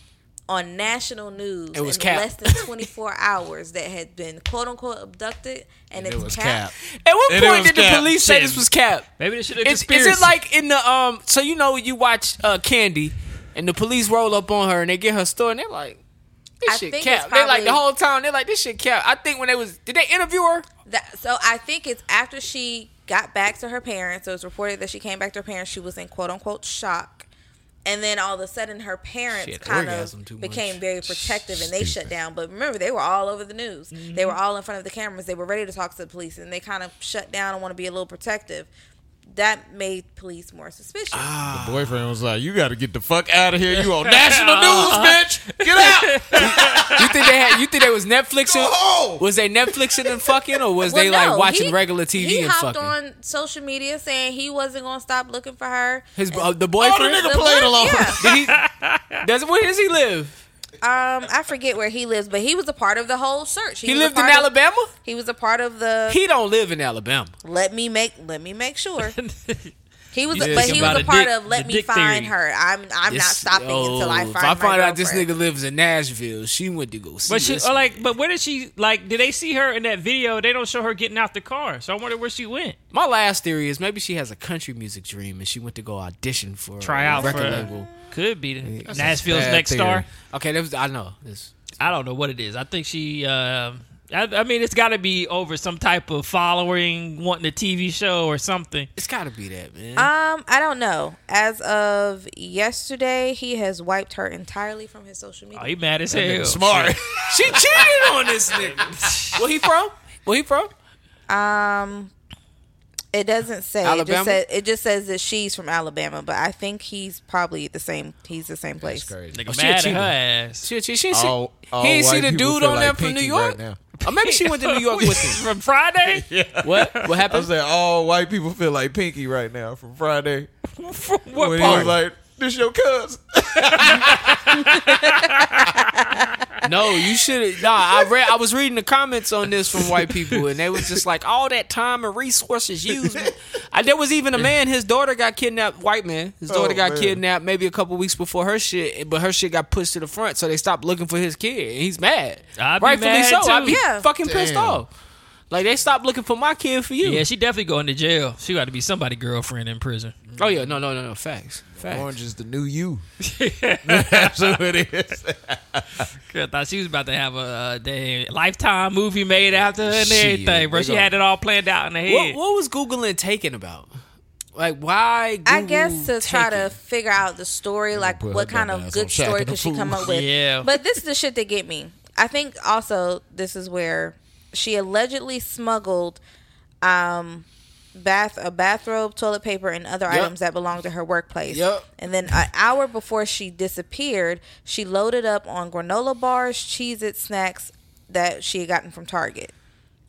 on national news
It was
in
cap.
less than 24 hours that had been quote unquote abducted and, it's
It was
cap.
cap.
At what
And it
point
was
did the
cap.
police say this was cap?
Maybe this should have
Is, is it like in the um? So you know you watch uh Candy, and the police roll up on her and they get her store and they're like, this
I
shit
think
cap.
it's
they like the
probably-
whole town. They're like this shit cap. I think when they was did they interview her?
That, so I think it's after she got back to her parents. It was reported that she came back to her parents. She was in quote unquote shock. And then all of a sudden, her parents
Shit,
kind
orgasm too
of
much.
became very protective and they shut down. But remember, they were all over the news. They
Mm-hmm.
were all in front of the cameras. They were ready to talk to the police and they kind of shut down and want to be a little protective. That made police more suspicious.
Ah,
The boyfriend was like, "You got to get the fuck out of here. You on national news, bitch. Get out."
You think they had? You think they was Netflixing?
home.
Was they Netflixing and fucking, or was
Well,
they like
no,
watching
he-
regular TV
He
and
hopped
fucking?
on social media saying he wasn't going to stop looking for her.
His
And- Oh,
uh, the boyfriend.
nigga played
boy-
along.
yeah.
Did he? Does where does he live?
Um, I forget where he lives, but he was a part of the whole search.
He
was a
lived in
part of-
Alabama.
He was a part of the.
He don't live in Alabama.
let me make. Let me make sure. He was,
You
but
think
he
about
was a
the
part
dick-
of. Let
the
me
dick
find
theory.
her. I'm. I'm not
This-
stopping until I find.
oh, If I find
my
out this nigga lives in Nashville, she went to go see.
But she
this
or
nigga.
like, but where did she like? Did they see her in that video? They don't show her getting out the car, so I wonder where she went.
my last theory is maybe she has a country music dream and she went to go audition for
Try
a
out
record
for a-
label.
Could be the-
That's a
Nashville's
bad
next
theory.
star.
Okay, that was I know. This
I don't know what it is. I think she. Uh, I, I mean, it's got to be over some type of following, wanting a TV show or something.
it's got to be that man.
Um, I don't know. As of yesterday, he has wiped her entirely from his social
Oh,
media.
he mad as hell.
Smart.
she cheated on this nigga. Where he from? Where he from?
Um, it doesn't say. It
Alabama?
just, says, it just says that she's from Alabama, but I think he's probably the same. He's the same place.
Nigga
Oh, she a
mad at
cheater.
her ass.
She, she, she, she,
All- all
he ain't
white
see the
people
dude
feel
on
like
there from New
Pinky
York.
right now.
or maybe she went to New York with him.
From Friday?
What? What
I
happened?
said, all white people feel like Pinky right now from Friday.
From what
When he
part?
was like, this your cuz.
No, you should. Nah, I read. I was reading the comments on this from white people, and they was just like, all that time and resources used. I, there was even a man. His daughter got kidnapped. White man. His daughter
Oh,
got
man.
kidnapped maybe a couple weeks before her shit, but her shit got pushed to the front, so they stopped looking for his kid, and he's mad.
I'd be
Rightfully
mad
so.
too.
I'd be
Yeah.
fucking pissed
Damn.
off. Like they stopped looking for my kid for you.
Yeah, she definitely going to jail. She got to be somebody girlfriend in prison.
Oh yeah, no, no, no, no. Facts. Facts.
Orange is the new you. That's what it is.
Girl, I thought she was about to have a uh, damn lifetime movie made after her and
Shit,
everything, bro.
they
She
gonna-
had it all planned out in her
What,
head.
what was Googling taken about? Like why?
I
Google
guess to try to
Taken?
figure out the story, like
put
what
her dumb
kind of
ass on
good
Shaq
story
and the
could she come
Fool.
up with.
Yeah.
But this is the shit that get me. I think also this is where she allegedly smuggled um bath a bathrobe, toilet paper, and other items that belonged to her workplace.
Yep.
And then an hour before she disappeared, she loaded up on granola bars, cheese it snacks that she had gotten from Target.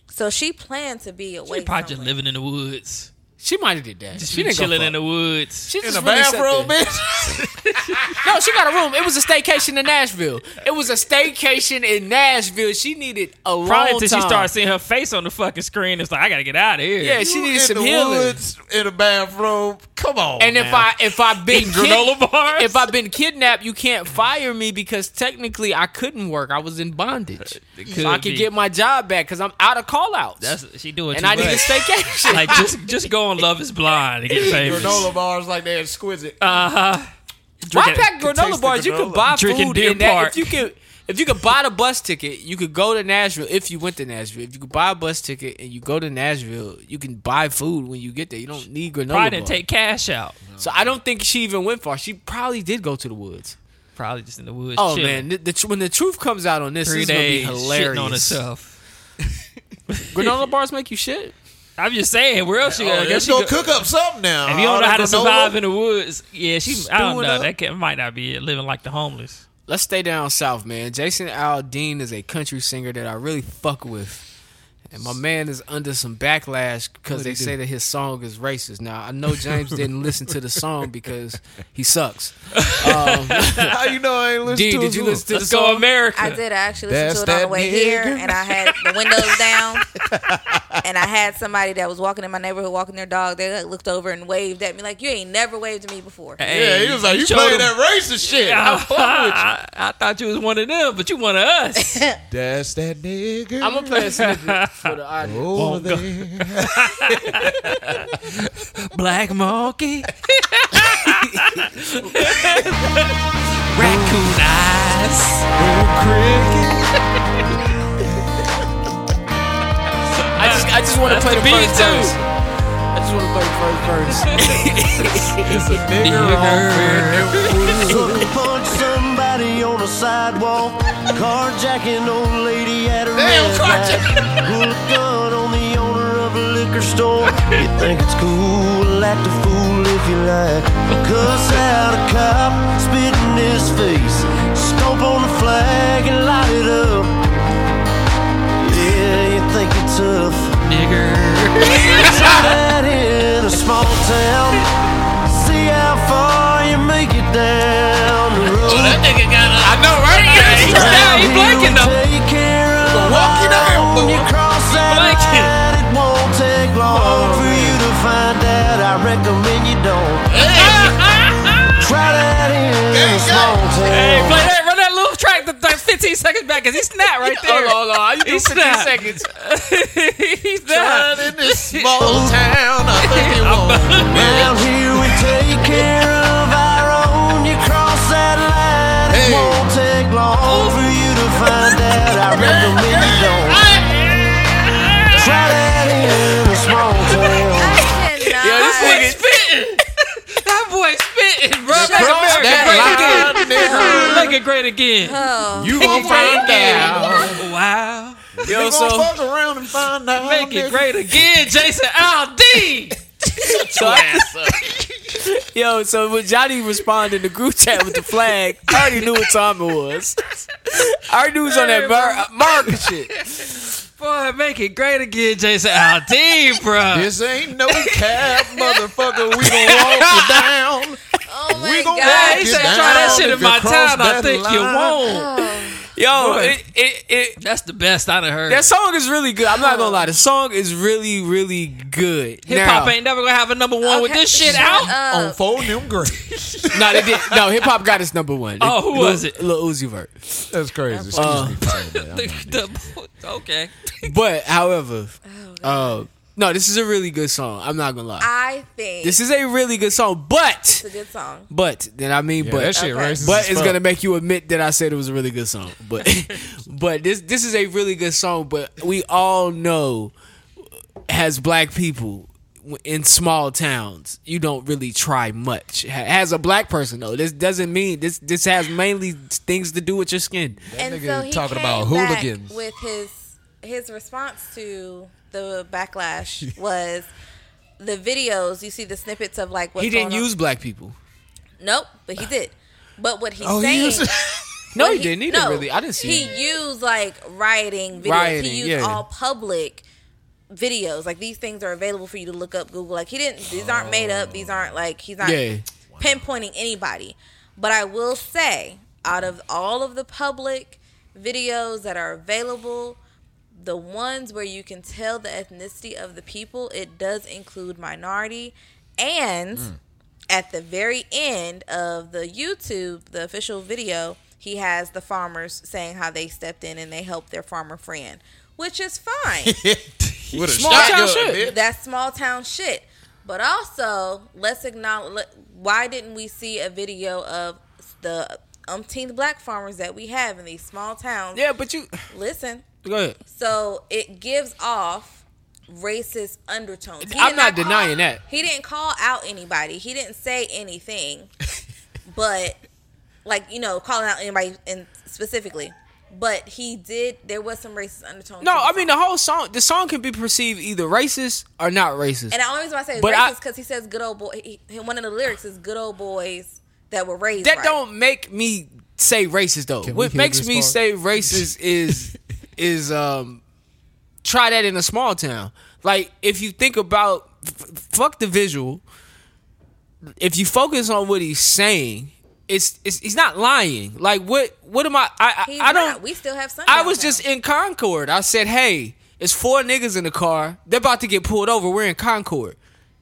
So she planned to be away.
She probably just
somewhere.
living in the woods.
She might have did that.
Just be
she didn't
chilling in the woods.
She
In
just
the
really sat
bathroom,
there.
bitch.
No, she got a room. It was a staycation in Nashville. It was a staycation in Nashville. She needed a long
Probably until she
time.
started seeing her face on the fucking screen. It's like I gotta get out of here.
Yeah, she
in
needed some
the
healing.
woods, in a bathroom. Come on.
And if
man.
I if I've been
Eating granola bars?
if I've been kidnapped, you can't fire me because technically I couldn't work. I was in bondage.
It
So I
could
could
be.
get my job back because I'm out of call outs.
That's she doing.
and
too
I need a
much.
staycation.
like just just go on Love Is Blind and get famous.
granola bars like they're exquisite.
Why
Uh-huh. Drinking-
pack granola
taste
bars?
the
You could
granola.
buy
Drinking
food
Deer
in that.
Park.
If you could, if you could buy the bus ticket, you could go to Nashville. If you went to Nashville, if you could buy a bus ticket and you go to Nashville, you can buy food when you get there. You don't need granola
Probably
bars.
didn't take cash out.
so I don't think she even went far. She probably did go to the woods.
Probably just in the woods.
Oh
chilling.
man, the, the, tr- when the truth comes out on this,
three
this is gonna be
days
hilarious.
shitting on herself.
Granola bars make you shit.
I'm just saying, where else she?
Oh,
I guess
Let's
she
go
go-
cook up something now.
If you don't
All
Oh,
know
that
how to
granola.
survive in the woods, yeah, she. I don't
Stewing
know.
up.
That can, might not be it, living like the homeless.
Let's stay down south, man. Jason Aldean is a country singer that I really fuck with. And my man is under some backlash because they say that his song is racist. Now, I know James didn't listen to the song because he sucks.
How you know I ain't listening
D,
to
did you listen to the
Let's go,
song?
America.
I did. I actually listened
That's
to it on the
that
way here,
nigga.
and I had the windows down. and I had somebody that was walking in my neighborhood, walking their dog. They like, looked over and waved at me like, "You ain't never waved at me before."
Yeah, he was like, you
showed
playing
him-
that racist shit.
I, I- I thought you was one of them, but you one of us.
That's that nigga.
I'm going to play a snippet for the audience.
Oh,
over there.
Black monkey, raccoon eyes.
I just, I just want to
That's
play
the
the
beat,
first
too.
verse. I just want to play the first verse.
It's a nigga. over there.
Sucker punch somebody on a sidewalk. Carjacking old lady at a red light. Pull a gun on the owner of a liquor store. You think it's cool, act a fool if you like. Cuss out a cop, spit in his face. Scope on the flag and light it up. Yeah, you think you're tough. Nigger. that in a small town. See how far you make it down the road.
Oh, I know, right? Yeah, he's down. He's blanking though.
Take care of
walk you down,
how
fool.
you cross that
Blanking.
line. It won't take long for you to find out. I recommend you don't. Try that in a small town.
Hey, play that, run that little track the, like 15 seconds back, cause he's not right there.
Hold on, hold on. You do
He's
15
not.
seconds.
he's not.
in this small town. I think he
Around here we take care of our own. You cross that line.
Hey.
It won't take long for you to find out. I recommend you don't. Try that in a small town.
I cannot.
Boy spitting. that boy spitting, bro.
Shut
Make
up.
America
that line, nigga.
Make it great again.
Oh.
You gon' find out.
Wow.
Yo,
You gon'
so,
fuck around and find out.
Make
nigga.
it great again, Jason Aldean.
so yo, so when Johnny responded in the group chat with the flag, I already knew what time it was. I already knew it was on that Mar- America shit.
Boy, make it great again, Jason Aldean, bro.
This ain't no cab, motherfucker. We gon' walk you down.
Oh my
We gon'
god.
walk
Hey, he
you
said,
down.
try that shit
If
in
you
my
cross
town. I
that
think you
line,
won't.
Yo,
Boy.
it, it, it,
That's the best I've heard.
that song is really good. I'm not gonna lie. The song is really, really good.
Hip hop
Now-
ain't never gonna have a number one with
Okay,
this shit
shut
out.
up.
On phone them grapes.
No, they did. No, hip hop got its number one.
Oh, who
Lil-
was it?
Lil Uzi Vert.
That's crazy. Excuse me. for saying that. I'm not-
The- okay.
But however, uh, no, this is a really good song. I'm not gonna lie.
I think
this is a really good song. But
it's a good song.
but then I mean
Yeah,
but
that shit
Okay.
racist.
but
as
it's
fuck.
gonna make you admit that I said it was a really good song. But but this this is a really good song. But we all know as black people w- in small towns, you don't really try much. Ha- As a black person though, this doesn't mean this this has mainly things to do with your skin.
and
nigga
so he
talking
came
about
back
hooligans.
with his his response to the backlash was the videos. You see the snippets of like what
he didn't use black people.
Nope, but he did. But what he's
Oh, he
saying.
used-
No,
what
he, didn't. He didn't really. I didn't see.
He
it.
used like rioting videos.
Rioting,
he used
yeah.
all public videos. Like these things are available for you to look up Google. Like he didn't. These aren't made up. These aren't like he's not
Yeah.
pinpointing anybody. But I will say, out of all of the public videos that are available, the ones where you can tell the ethnicity of the people, it does include minority. And at the very end of the YouTube, the official video, he has the farmers saying how they stepped in and they helped their farmer friend, which is fine.
With a
Small town
shotgun,
shit.
bitch.
That's small town shit. But also, let's acknowledge let- why didn't we see a video of the umpteenth black farmers that we have in these small towns?
Yeah, but you
Listen,
go ahead.
so it gives off racist undertones. He
I'm
did
not
call-
denying that.
He didn't call out anybody. He didn't say anything. but like, you know, calling out anybody in specifically. But he did there was some racist undertones.
No,
to the
I mean
song.
the whole song. The song can be perceived either racist or not racist.
And the only reason why I say it's
But I-
racist because he says good old boy. He, he- one of the lyrics is good old boys that were raised.
that
right.
don't make me say racist though.
Can we
what
hear
makes
this
me
part?
say racist is is um try that in a small town. Like if you think about f- fuck the visual, if you focus on what he's saying, it's, it's he's not lying. Like what what am I? I I,
He's
I don't.
Not. We still have some.
I was just in Concord. I said, "Hey, it's four niggas in the car. They're about to get pulled over. We're in Concord."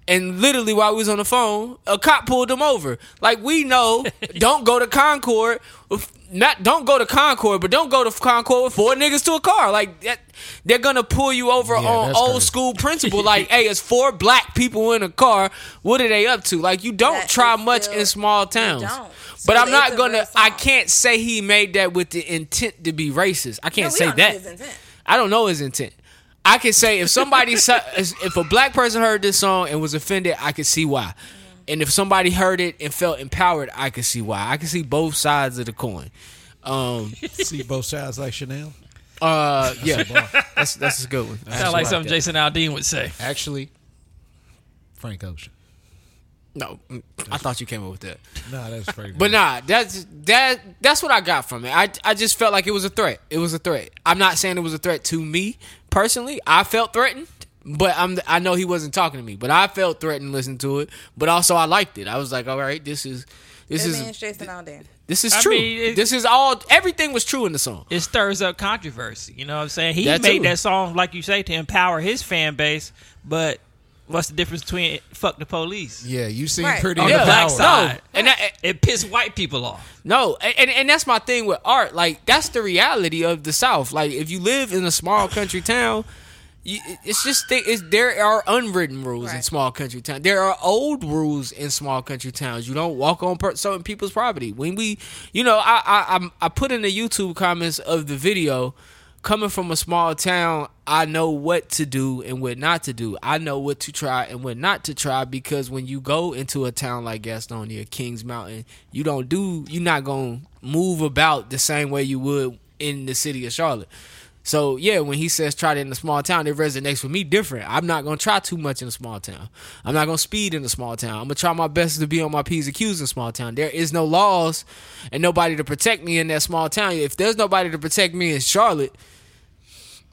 And literally, while we was on the phone, a cop pulled them over. Like we know, don't go to Concord. with- Not don't go to Concord, but don't go to Concord with four niggas to a car. Like that, they're gonna pull you over on
that's
old
crazy.
school principle. Like, hey, it's four black people in a car. What are they up to? Like, you don't
That
try
is
much
still-
in small
you
towns.
don't. So
But I'm
it's
not
a
gonna.
real
I
song.
can't say he made that with the intent to be racist. I can't
we
say
don't know
that.
his intent.
I don't know his intent. I can say if somebody, su- if a black person heard this song and was offended, I could see why.
Mm-hmm.
And if somebody heard it and felt empowered, I could see why. I can see both sides of the coin. Um,
See both sides like Chanel.
uh, yeah, that's that's a good one.
Sound like something Jason Aldean would say.
Actually, Frank Ocean.
No, mm, I thought you came up with that.
Nah, that's Frank.
But nah, that's that. That's what I got from it. I I just felt like it was a threat. It was a threat. I'm not saying it was a threat to me personally. I felt threatened, but I'm I know he wasn't talking to me, but I felt threatened listening to it. But also I liked it. I was like, all right, this is this
This
is
man's Jason Aldean.
this is
I
true.
mean, it-
this is all everything was true in the song.
It stirs up controversy. You know what I'm saying? He
That
made
too.
that song, like you say, to empower his fan base. But what's the difference between fuck the police?
yeah, you seem
Right.
pretty
On the
Yeah.
black
empowered.
side.
No, and that, eh,
It pissed white people off.
No, a- and, and that's my thing with art. Like that's the reality of the South. Like if you live in a small country town, you, it's just thi- it's there are unwritten rules in
Right.
small country town. There are old rules in small country towns. You don't walk on per- certain people's property. When we, you know, I I I'm, I put in the YouTube comments of the video. Coming from a small town, I know what to do and what not to do. I know what to try and what not to try because when you go into a town like Gastonia, Kings Mountain, you don't do you're not gonna move about the same way you would in the city of Charlotte. So yeah, when he says try it in a small town, it resonates with me different. I'm not gonna try too much in a small town. I'm not gonna speed in a small town. I'm gonna try my best to be on my p's and q's in small town. There is no laws and nobody to protect me in that small town. If there's nobody to protect me in Charlotte,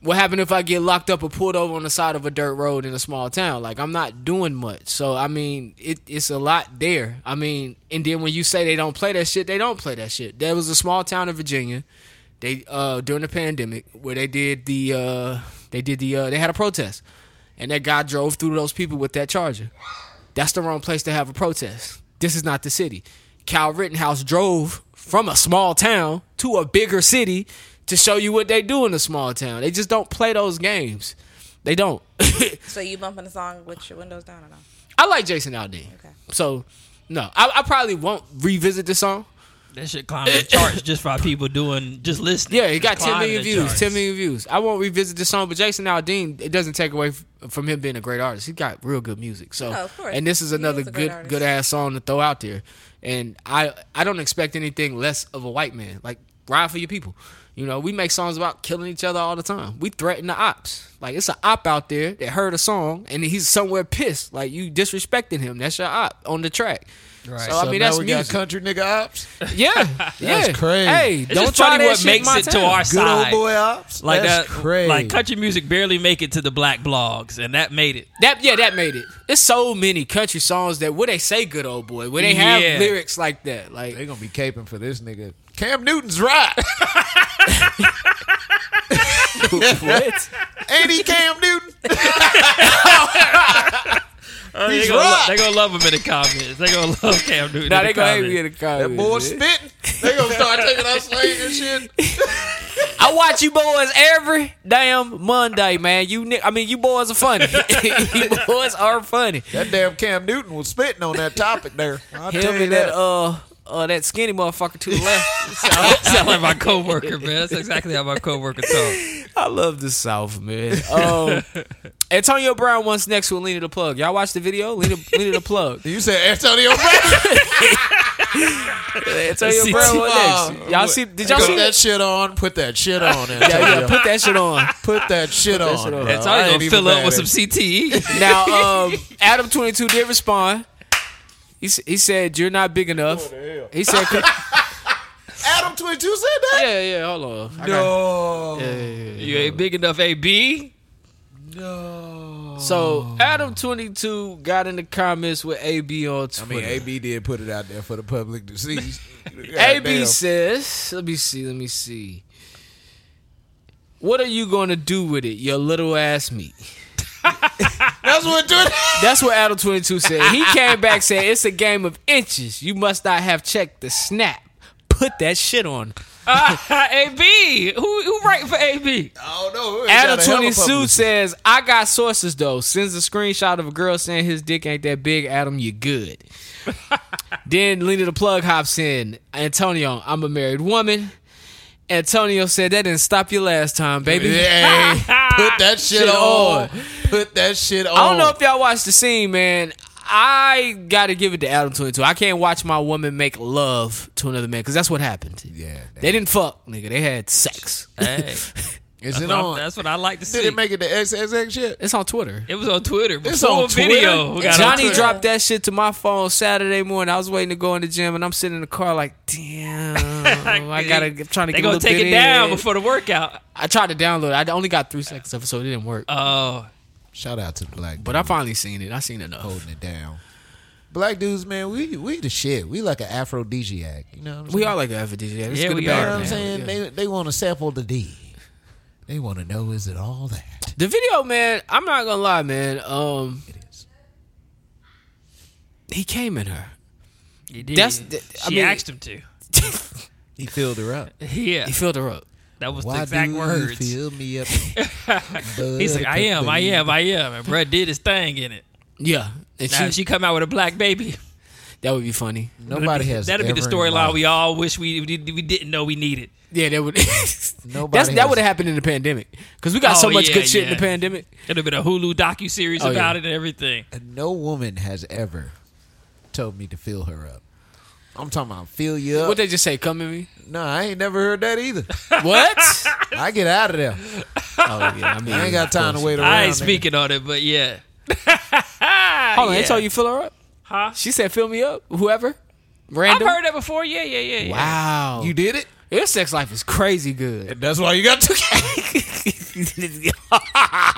what happened if I get locked up or pulled over on the side of a dirt road in a small town? Like I'm not doing much. So I mean, it, it's a lot there. I mean, and then when you say they don't play that shit, they don't play that shit. There was a small town in Virginia They uh during the pandemic where they did the uh they did the uh they had a protest. And that guy drove through those people with that charger. That's the wrong place to have a protest. This is not the city. Cal Rittenhouse drove from a small town to a bigger city to show you what they do in a small town. They just don't play those games. They don't.
So you bumping the song with your windows down or no?
I like Jason Aldean.
Okay.
So, no, I, I probably won't revisit the song.
That shit climbed the charts just by people doing just listening.
Yeah, it got
Just
10
climbing
million
the
views.
charts.
10 million views. I won't revisit the song, but Jason Aldean, it doesn't take away f- from him being a great artist. He got real good music. So,
No, Oh, of course.
and this is
He
another
is a great
good
artist.
good ass song to throw out there. And I I don't expect anything less of a white man. Like ride for your people. You know, we make songs about killing each other all the time. We threaten the ops. Like it's an op out there that heard a song and he's somewhere pissed. Like you disrespecting him. That's your op on the track. Right. So, I mean
now
that's
we
music.
got country nigga ops.
Yeah, yeah.
crazy.
Hey,
It's
It's
don't
just
try
funny
that
what
shit
makes
in my
it to
town.
our
Good old
side.
boy ops.
like
That's
that,
crazy.
like country music barely make it to the black blogs, and that made it.
That yeah, that made it. There's so many country songs that where they say "good old boy," where they have
Yeah.
lyrics like that. Like
they gonna be caping for this nigga. Cam Newton's right.
what?
Ain't he Cam Newton?
They're
He's
gonna,
right.
they gonna love him in the comments. They're gonna love Cam Newton.
Now
in
they
the
gonna hate
comments.
me in the
That
comments.
boy
man.
spitting. They gonna start taking our slang and shit.
I watch you boys every damn Monday, man. You, ni- I mean, you boys are funny. you boys are funny.
That damn Cam Newton was spitting on that topic there. I'll tell
Him
you
and that
that.
uh, uh, that skinny motherfucker to the left.
Sound like my coworker, man. That's exactly how my coworker talks.
I love the South, man. Um, Antonio Brown once next with Lena the Plug. Y'all watch the video? Lena, Lena the Plug.
you said Antonio Brown.
Antonio Brown one next. Y'all see? Did y'all
Put
see
that
uh, that?
shit on. Put that shit on.
Yeah,
Antonio.
yeah. Put that shit on.
Put that shit on.
shit on.
bro.
That's
I
all you
ain't
gonna
even
fill up
mad
with
at
some E.
you.
CTE.
Now, um, Adam twenty two did respond. He s- he said you're not big enough. He said, "Yeah,
Adam 22 said that?
yeah, hold on." I got-
No.
you ain't big enough, AB.
So Adam twenty two got in the comments with AB on
I
Twitter.
mean, AB did put it out there for the public to see.
AB
Goddamn. Oh,
says, "Let me see, let me see. What are you gonna do with it, your little ass meat?"
That's what do it.
That's what Adam twenty two said. He came back said, "It's a game of inches. You must not have checked the snap. Put that shit on."
Ah, AB. Who who write for AB?
I don't know.
Adam Twenty Sue says, "I got sources though." Sends a screenshot of a girl saying his dick ain't that big. Adam, you good? then Lena the plug hops in. Antonio, I'm a married woman. Antonio said that didn't stop you last time, baby.
Hey, put that shit,
Shit
on.
on.
Put that shit on.
I don't know if y'all watched the scene, man. I gotta give it to Adam Twenty Two. I can't watch my woman make love to another man because that's what happened.
Yeah,
they didn't fuck, nigga. They had sex.
Hey,
Is it
well,
on?
that's what I like to
Did
see.
it make it to XXX shit?
It's on Twitter.
It was on Twitter.
It's
Before
on Twitter?
Video. We got on
Johnny
Twitter.
dropped that shit to my phone Saturday morning. I was waiting to go in the gym, and I'm sitting in the car like, damn, I gotta I'm trying to
They
get
gonna
a little
take
bit
it down
in.
before the workout.
I tried to download. it. I only got three seconds of it, so it didn't work.
Oh,
Shout out to the black
but I finally seen it. I seen enough.
holding it down. Black dudes, man, we we the shit. We like an aphrodisiac. You know what I'm saying?
We are like an aphrodisiac. It's
Yeah,
good
we
and bad,
are,
You know what I'm
man.
saying? They
Yeah.
they want to sample the D. They want to know is it all that?
The video, man. I'm not gonna lie, man. Um,
It is.
he came in her.
you did.
That's the- I
she
mean-
asked him to.
He filled her up.
Yeah,
He filled her up.
that was the
Why
exact
do
words.
you fill me up?
He's like, I am, I am, I am, and bruh did his thing in it.
Yeah, and
Now
she,
if she come out with a black baby.
that would be funny.
Nobody has.
That'll be the
ever in
storyline
life-
we all wish we we did- we didn't know we needed.
Yeah, that would.
Nobody
That's, that
has-
would have happened in the pandemic because we got
Oh,
so much
yeah,
good shit in
yeah.
the pandemic.
It'll been a Hulu docu series
Oh,
about
yeah.
it and everything.
No woman has ever told me to fill her up. I'm talking about fill you up.
What they just say? Come at me.
no, I ain't never heard that either.
What?
I get out of there.
Oh yeah, I mean,
I ain't got time to wait around.
I ain't
nigga.
speaking on it, but yeah.
Hold on,
Yeah.
they told you fill her up.
Huh?
She said fill me up, whoever.
I've
Random.
heard that before. Yeah, yeah, yeah. yeah.
wow,
You did it.
your sex life is crazy good.
That's why you got two.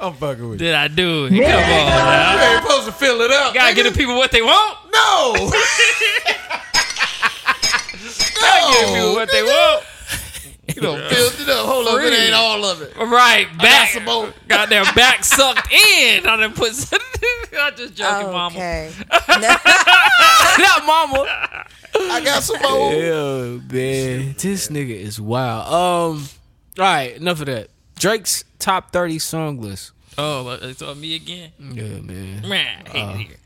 I'm fucking with you.
Did I do it? Come on, now.
You ain't supposed to fill it up.
gotta give
nigga.
the people what they want.
No. no.
Gotta give the people what they want.
You know, filled it up. Hold up, it ain't all of it.
Right, back.
some more.
Got their back sucked in. I done put. Some, I'm just joking, mama.
Okay.
That mama.
I got some more.
Yeah, man. This nigga is wild. Um, all right, enough of that. Drake's top 30 song list.
Oh, uh, it's on me again.
Yeah,
Mm.
man.
Man, I hate
Uh-huh.
it here.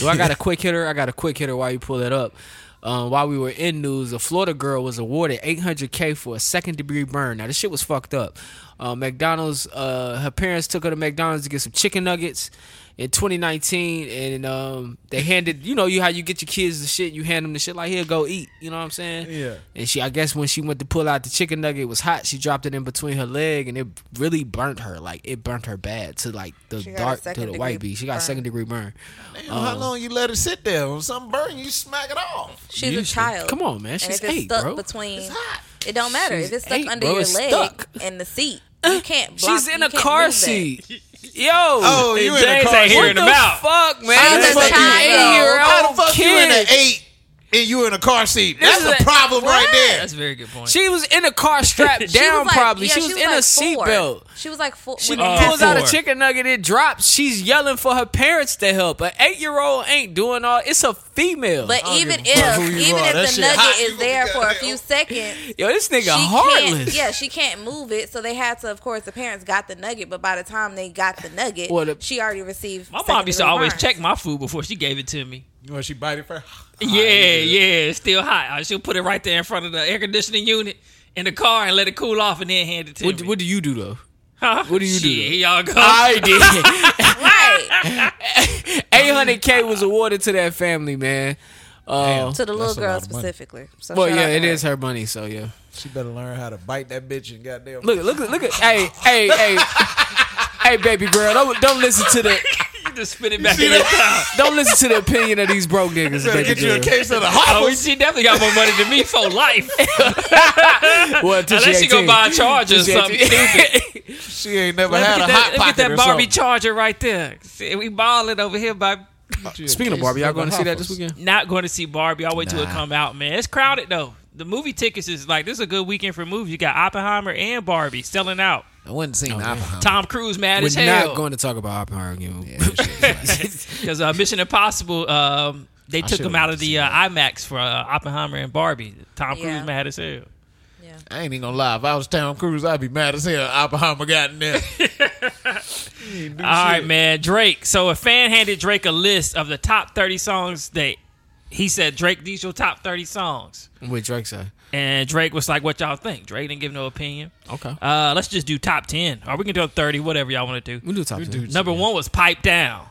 Do I got a quick hitter? I got a quick hitter while you pull that up. Um, while we were in news, a Florida girl was awarded 800K for a second degree burn. Now, this shit was fucked up. Uh, McDonald's, uh, her parents took her to McDonald's to get some chicken nuggets in 2019, and um, they handed, you know, you how you get your kids the shit, you hand them the shit, like, here, go eat. You know what I'm saying?
Yeah.
And she, I guess when she went to pull out the chicken nugget, it was hot. She dropped it in between her leg, and it really burnt her. Like, it burnt her bad to, like, the
She got a
dark, to the
second
white
degree
bee. She got
burn.
second degree burn.
Damn, how long you let it sit there? When something burn, you smack it off.
She's
You
a
should-
child.
Come on, man.
And
She's
if it's
eight,
stuck
bro.
between,
It's hot.
it don't matter.
She's
if it's stuck
eight,
under
bro.
your
It's
leg
stuck.
and the seat, you can't block.
She's in
you
a
can't
car
move that.
seat. Yo.
Oh, you in a
James
car
ain't
seat.
hearing
what
him
the
out.
fuck, man?
She's
This
a
is
child.
How the fuck you in an
kid.
eight and you in a car seat? That's
is
a
a-
problem right there.
That's a very good point.
She was in a car strapped
She was
down,
like-
probably.
yeah,
she, was in a
four.
seatbelt.
She was like four.
She
when it
pulls out a
happened.
chicken nugget, it drops. She's yelling for her parents to help. An eight year old ain't doing all. It's a female.
But
I don't
even
give a fuck.
if,
who
even
you are, that
if the
shit
nugget
hot, you
is
gonna
there
be
for a
goddamn-
few seconds,
yo, this nigga
she
heartless.
Can't, yeah, she can't move it. So they had to, of course, the parents got the nugget, but by the time they got the nugget,
Well, the-
she already received.
my mom used to always
second-degree
check my food before she gave it to me.
You want she bite it first? Ah,
yeah, yeah, it's still hot. Uh, She'll put it right there in front of the air conditioning unit in the car and let it cool off, and then hand it to
What,
me.
what do you do though?
huh?
what do you do?
Shit, Here y'all go.
I did.
burn. Right.
Eight hundred K was awarded to that family, man. Uh,
to the little
That's a lot
girl
of money.
specifically. So
well,
shout
yeah,
out
it
to her.
is her money, so yeah.
She better learn how to bite that bitch and goddamn.
Look, look, look at, hey, hey, hey, hey, baby girl, don't don't listen to the
You just spin it back in the time.
don't listen to the opinion of these broke niggas,
better
baby
get you a
girl.
case of the
Oh,
hot.
we- she definitely got more money than me for life.
Well, until
Unless she gonna
18.
buy a charger or
Till she
something.
18.
She ain't never
Look
had
at
a
that,
hot
look at
pocket
that
or
Barbie
something.
charger right there. See, we balling over here by
Speaking of Barbie, y'all going to see that this weekend?
not going to see Barbie. I'll wait till it come out, man. It's crowded though. The movie tickets is like this is a good weekend for movies. You got Oppenheimer and Barbie selling out.
I wouldn't see Oppenheimer.
Tom Cruise mad as
We're
hell
not going to talk about Oppenheimer again.
because uh, Mission Impossible. Um, they took him out of the uh, IMAX for uh, Oppenheimer and Barbie. Tom
Yeah.
Cruise mad as hell.
I ain't even gonna lie. If I was Tom Cruise, I'd be mad as hell. Oppenheimer got in there.
All right, man. Drake. So a fan handed Drake a list of the top 30 songs that he said, Drake, these your top 30 songs.
With Drake said,
And Drake was like, what y'all think? Drake didn't give no opinion.
okay,
Uh, let's just do top 10. Or we can do 30, whatever y'all want to do.
we do top ten.
Number one was Pipe Down.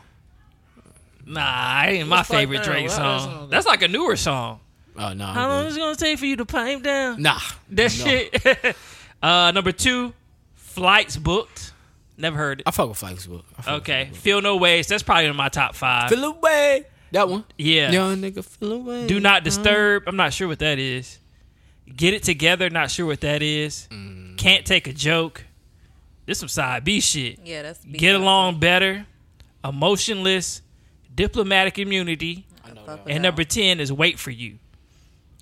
Nah, that ain't my
What's Pipe
favorite
Down?
Drake
What
song.
song?
That's like a newer song.
Oh no,
How long
I'm
is it going to take for you to pipe down?
good. nah,
That shit. uh, number two, Flights Booked. Never heard
I
it.
fuck with Flexible. I fuck with
Okay. Feel No Ways. That's probably in my top five.
Feel away. That one.
Yeah.
Young nigga, feel away.
Do Not Disturb. I'm not sure what that is. Get It Together. Not sure what that is.
Mm.
Can't Take a Joke. This some side B shit.
Yeah, that's beat
Get
up.
Along Better. Emotionless. Diplomatic Immunity.
Fuck with
And
that.
number 10 is Wait For You.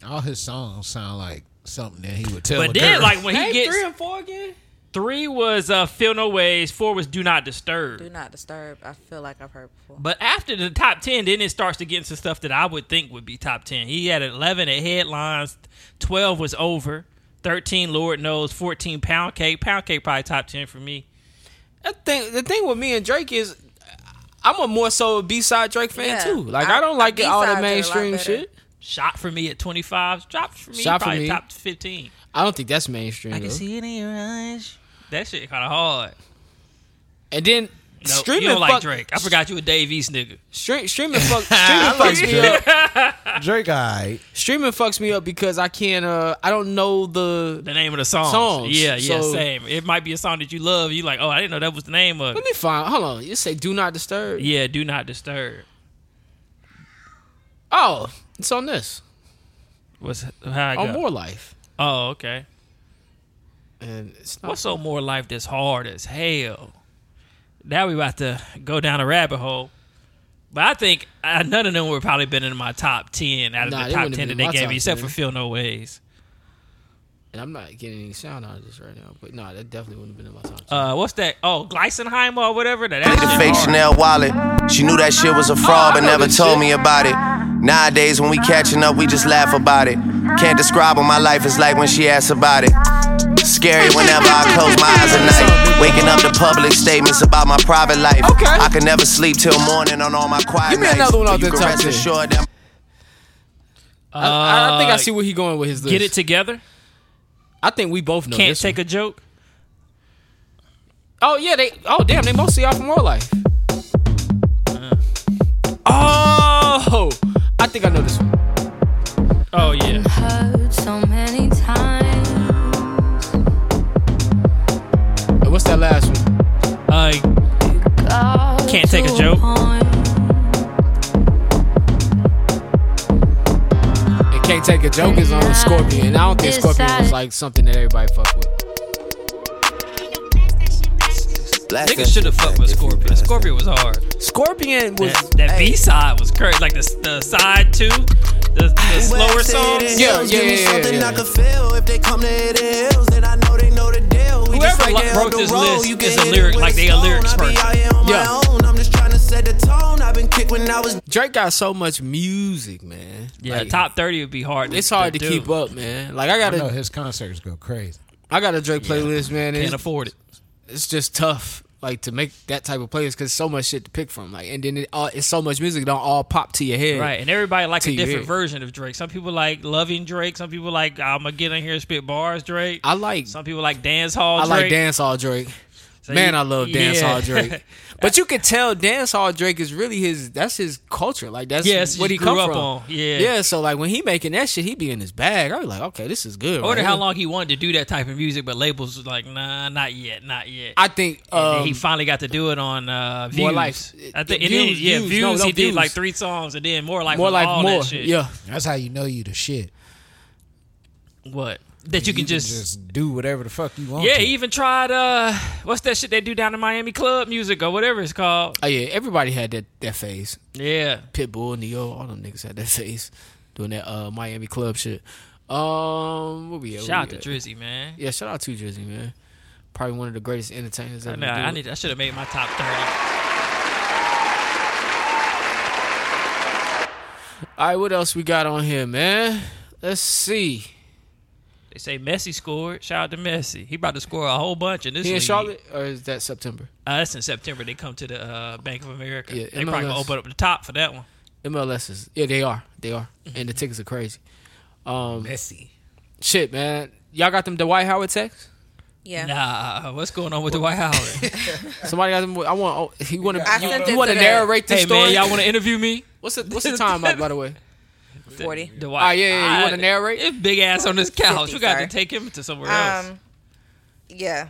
All his songs sound like something that he would tell.
But
a
then,
girl.
like, when he gets.
and four again.
Three was uh, Feel No Ways. Four was Do Not
do
Disturb.
not disturb. I feel like I've heard before.
But after the top 10, then it starts to get into stuff that I would think would be top 10. He had 11 at headlines, 12 was over, 13, Lord knows, 14, Pound Cake. Pound Cake probably top 10 for me.
That thing, the thing with me and Drake is, I'm a more so B side Drake fan
Yeah.
too. Like I,
I-
don't like
I-
all
B-sides
the
are a lot
mainstream
better.
shit.
Shot for me at 25. Shot for me
Shot for
probably
me.
top 15.
I don't think that's mainstream.
I can
though.
see it in your eyes. That shit kind of hard.
And then
No,
streaming
you don't
fuck,
like Drake. I forgot you a Dave East nigga.
Stre- streaming fuck,
I
streaming
like
fucks me up.
Drake, I
Streaming fucks me up because I can't. Uh, I don't know the.
The name of the song.
Songs.
Yeah, yeah,
So-
same. It might be a song that you love. You like, oh, I didn't know that was the name of it.
Let me find. Hold on. You say do not disturb.
Yeah, Do Not Disturb.
Oh, it's on this
What's how I
on
go?
More Life,
Oh, okay.
and it's not.
What's on more life that's hard as hell? Now we about to go down a rabbit hole. But I think uh, none of them would probably been in my top ten out of
Nah,
the
they
top
wouldn't
ten that
have been
they
my
gave
top
me, except
10.
for Feel No Ways.
And I'm not getting any sound out of this right now, but no, that definitely wouldn't have been in my top. ten.
Uh, what's that? Oh, Gleisenheimer or whatever. That, that
the
shit
fake
hard.
Chanel wallet. She knew that shit was a fraud,
I
but
know
never
this
told
shit.
me about it. Nowadays, when we catching up, we just laugh about it. Can't describe what my life is like when she asks about it. Scary whenever I close my eyes at night. Waking up to public statements about my private life.
Okay.
I can never sleep till morning on all my quiet
Give me
nights.
another one
But
off
you
the
can
top
rest
10.
assured that
I, I- I think I
Uh,
see where he going with his list.
Get it together.
I think we both know.
Can't
Oh, this
take
one.
a joke.
Oh yeah, they. Oh damn, they mostly off more life.
Uh-huh.
Oh, I think I know this one.
Oh yeah.
Heard so many times.
And what's that last one?
Uh, Can't take a joke.
And can't take a joke is on Scorpion. I don't think Scorpion was like something that everybody fuck with.
Blast
nigga
that
should have
shit
fucked
back
with
if you
Scorpion.
blast it.
Scorpion was hard.
Scorpion was.
That, that B side was crazy. Like the the side two, the, the slower songs.
Yeah,
Give
yeah,
me
yeah,
something
yeah.
I can feel. If they come to the hills, then I know they know the deal. We
Whoever
just like
lo-
they
wrote
on the
this
road.
list
You
is
can
a
hit
lyric-
it with
like they a
stone.
lyrics
I be
person.
out here on my
Yeah.
own. I'm just trying to set the tone. I've been kicked when I was
Drake got so much music, man.
Yeah,
Like,
top thirty would be hard.
It's hard to
do.
keep up, man. Like I
I
got
know
a,
his concerts go crazy.
I got a Drake playlist, man.
Can't
It's,
afford it.
it's just tough, like to make that type of playlist because so much shit to pick from. Like, and then it all, it's so much music it don't all pop to your head.
Right, and everybody like a
TV.
different version of Drake. Some people like loving Drake. Some people like I'm gonna get in here and spit bars, Drake.
I like
Some people like dance hall.
I
Drake.
like dance all Drake.
So
Man,
you-
I love dance
yeah.
hall Drake. But you could tell dance hall Drake is really his. That's his culture. Like that's
Yeah, it's
what
just
he
grew
come
up
from.
on. Yeah.
yeah. So like when he making that shit, he be in his bag. I be like, okay, this is good.
I wonder
right
how
here.
long he wanted to do that type of music, but labels was like, nah, not yet, not yet.
I think
and
um,
then he finally got to do it on uh, Views.
More Life.
I think
It-
and then,
Views,
yeah,
Views.
Views.
No, no,
he
Views.
did like three songs, and then More Life.
more
was
like
all
more.
That shit.
Yeah.
That's how you know you the shit.
What that you, can, just,
do whatever the fuck you want.
yeah.
to.
He even tried uh, what's that shit they do down in Miami club music or whatever it's called.
Oh yeah. Everybody had that that phase.
Yeah,
Pitbull, Neo, all them niggas had that phase doing that uh, Miami club shit. Um, what we at?
shout out to
Where we at?
Drizzy, man.
Yeah, shout out to Drizzy, man. Probably one of the greatest entertainers ever.
Nah,
to do
I
it.
need. I should have made my top thirty.
All right, what else we got on here, man? Let's see.
They say Messi scored. Shout out to Messi. He about to score a whole bunch in this.
He in
league.
Charlotte, or is that September?
Uh, that's in September. They come to the uh, Bank of America.
Yeah,
they probably gonna
MLS.
open up the top for that one.
MLS is yeah, they are, they are, and the tickets are crazy. Um,
Messi.
shit, man, y'all got them Dwight Howard texts?
Yeah.
Nah, uh, what's going on with the White Howard?
Somebody got them. I want. Oh, he want
I
to.
sent
You,
it
want to
to
narrate this
hey
story?
man, y'all want to interview me?
what's the What's the time out, by the way?
Forty.
The
Ah, yeah, yeah, you wanna narrate?
It's big ass on this couch. we
50,
got
sorry.
to take him to somewhere else.
Um. Yeah.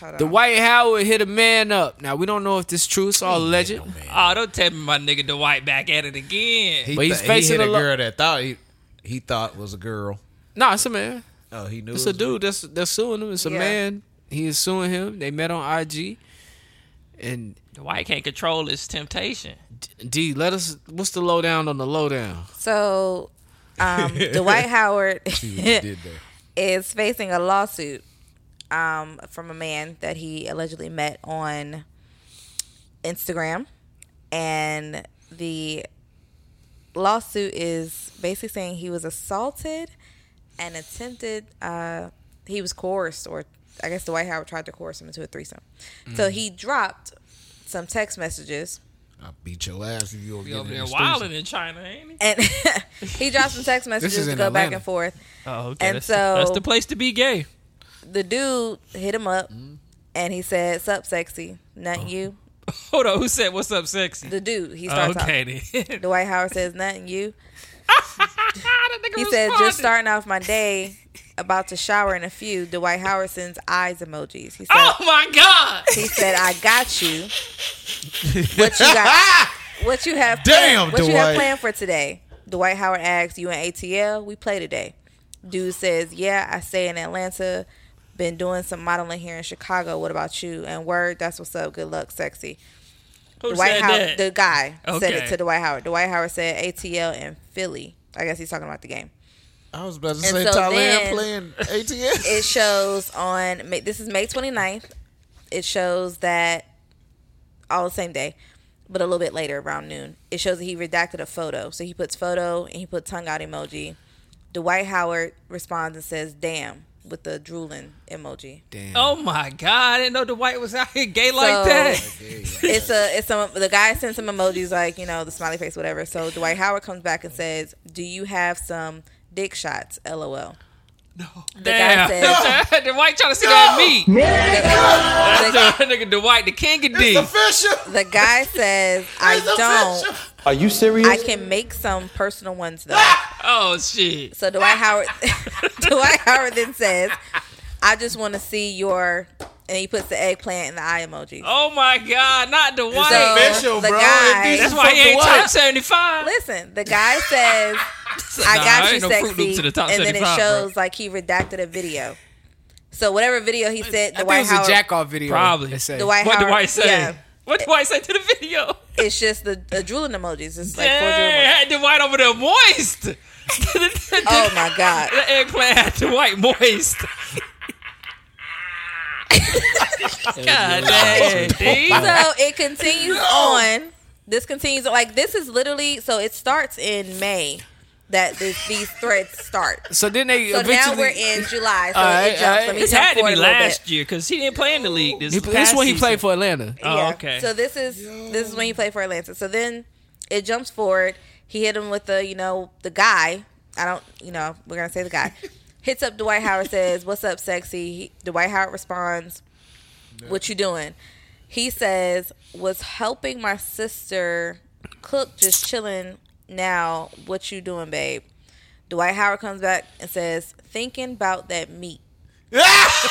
Hold on.
Dwight Howard hit a man up. Now we don't know if this is true. It's all legend.
Oh, don't tell me my nigga Dwight back at it again.
He
But he's
thi-
facing
he hit
a
a,
lo-
girl that thought he he thought was a girl.
Nah, it's a man.
Oh, he knew
It's
it
a
was
dude that's that's suing him. It's a
Yeah.
man. He is suing him. They met on IG, and
Dwight can't control his temptation.
D, let us. What's the lowdown on the lowdown?
So, um, Dwight Howard
what he did there.
is facing a lawsuit um, from a man that he allegedly met on Instagram, and the lawsuit is basically saying he was assaulted and attempted. Uh, he was coerced, or I guess Dwight Howard tried to coerce him into a threesome.
Mm.
So he dropped some text messages.
I'll beat your ass if you don't
He
get
over
in
there
this
wilding in China, ain't he?
and he dropped some text messages
is
to
in
go back
Atlanta.
and forth.
Oh, okay.
And
that's, the, that's
so-
the place to be gay.
The dude hit him up
Mm.
and he said, Sup, sexy,
Oh.
nothing you.
Hold on, who said what's up, sexy?
The dude, he
Oh,
starts
okay
okay.
then.
off. Dwight Howard says, Nothing you.
That nigga
He said, Just
responded.
starting off my day, about to shower in a few. Dwight Howard sends eyes emojis. He said,
Oh my god!
He said, I got you. What you got? What you have?
Damn,
planned, What you have
Dwight.
planned for today? Dwight Howard asks, "You in ATL? We play today." Dude says, "Yeah, I stay in Atlanta. Been doing some modeling here in Chicago. What about you?" And word, that's what's up. Good luck, sexy.
Who
Dwight
said
Howard,
that?
the guy, said
Okay.
it to Dwight Howard. Dwight Howard said ATL in Philly. I guess he's talking about the game.
I was about to
And
say
so
Thailand
then-
playing ATS.
it shows on May- this is May 29th. It shows that all the same day, but a little bit later around noon. It shows that he redacted a photo. So he puts photo and he put tongue out emoji. Dwight Howard responds and says, "Damn." With the drooling emoji,
Oh my God! I didn't know Dwight was out here gay
So-
like that.
it's a it's a the guy sends some emojis like you know the smiley face whatever. So Dwight Howard comes back and says, "Do you have some dick shots?" LOL. No. The guy
Damn.
says,
Dwight trying to see that meat.
the-
That's the nigga Dwight, the king of D.
official.
The guy says, I don't.
Are you serious?
I can make some personal ones though.
Oh shit!
So Dwight Howard Dwight Howard then says, I just want to see your and he puts the eggplant in the eye emoji.
Oh my God! Not Dwight.
So-
Official,
The
bro.
guy-
It-
That's
this
why he
is
ain't
from Dwight.
top seventy five.
Listen, the guy says, I
Nah,
got
ain't
you
no Fruit Loop
sexy.
to the top
and then it
75,
shows like he redacted a video. So whatever video he said,
I think
Dwight
it was a
Howard
jack off video.
Probably.
they say.
Dwight
What
Howard
Dwight say?
Yeah.
What Dwight say to the video?
It's just the, the drooling emojis. It's like four drooling
Dang,
emojis.
had Dwight over there moist. the, the-
Oh my god.
the eggplant had Dwight moist. God dang, D.
so it continues on. This continues like this is literally so it starts in May that this, these threads start.
So then they
So now
eventually.
we're in July. So
Alright,
it jumps.
alright.
Let me
This
jump
had to
forward
be
a little bit.
last year because he didn't play in the league. This,
He- this is
past
when he
season.
played for Atlanta.
Oh, okay.
So this is this is when he played for Atlanta. So then it jumps forward. He hit him with the you know the guy. I don't you know we're gonna say the guy hits up Dwight Howard says what's up sexy. He, Dwight Howard responds, what you doing? He says was helping my sister cook just chilling. Now what you doing babe? Dwight Howard comes back and says thinking about that meat.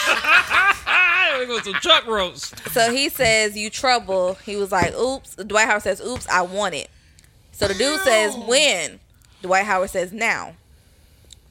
Ah, we go to truck roast.
So he says, "You trouble." He was like, "Oops." Dwight Howard says, "Oops, I want it." So the dude says, "When?" Dwight Howard says, "Now."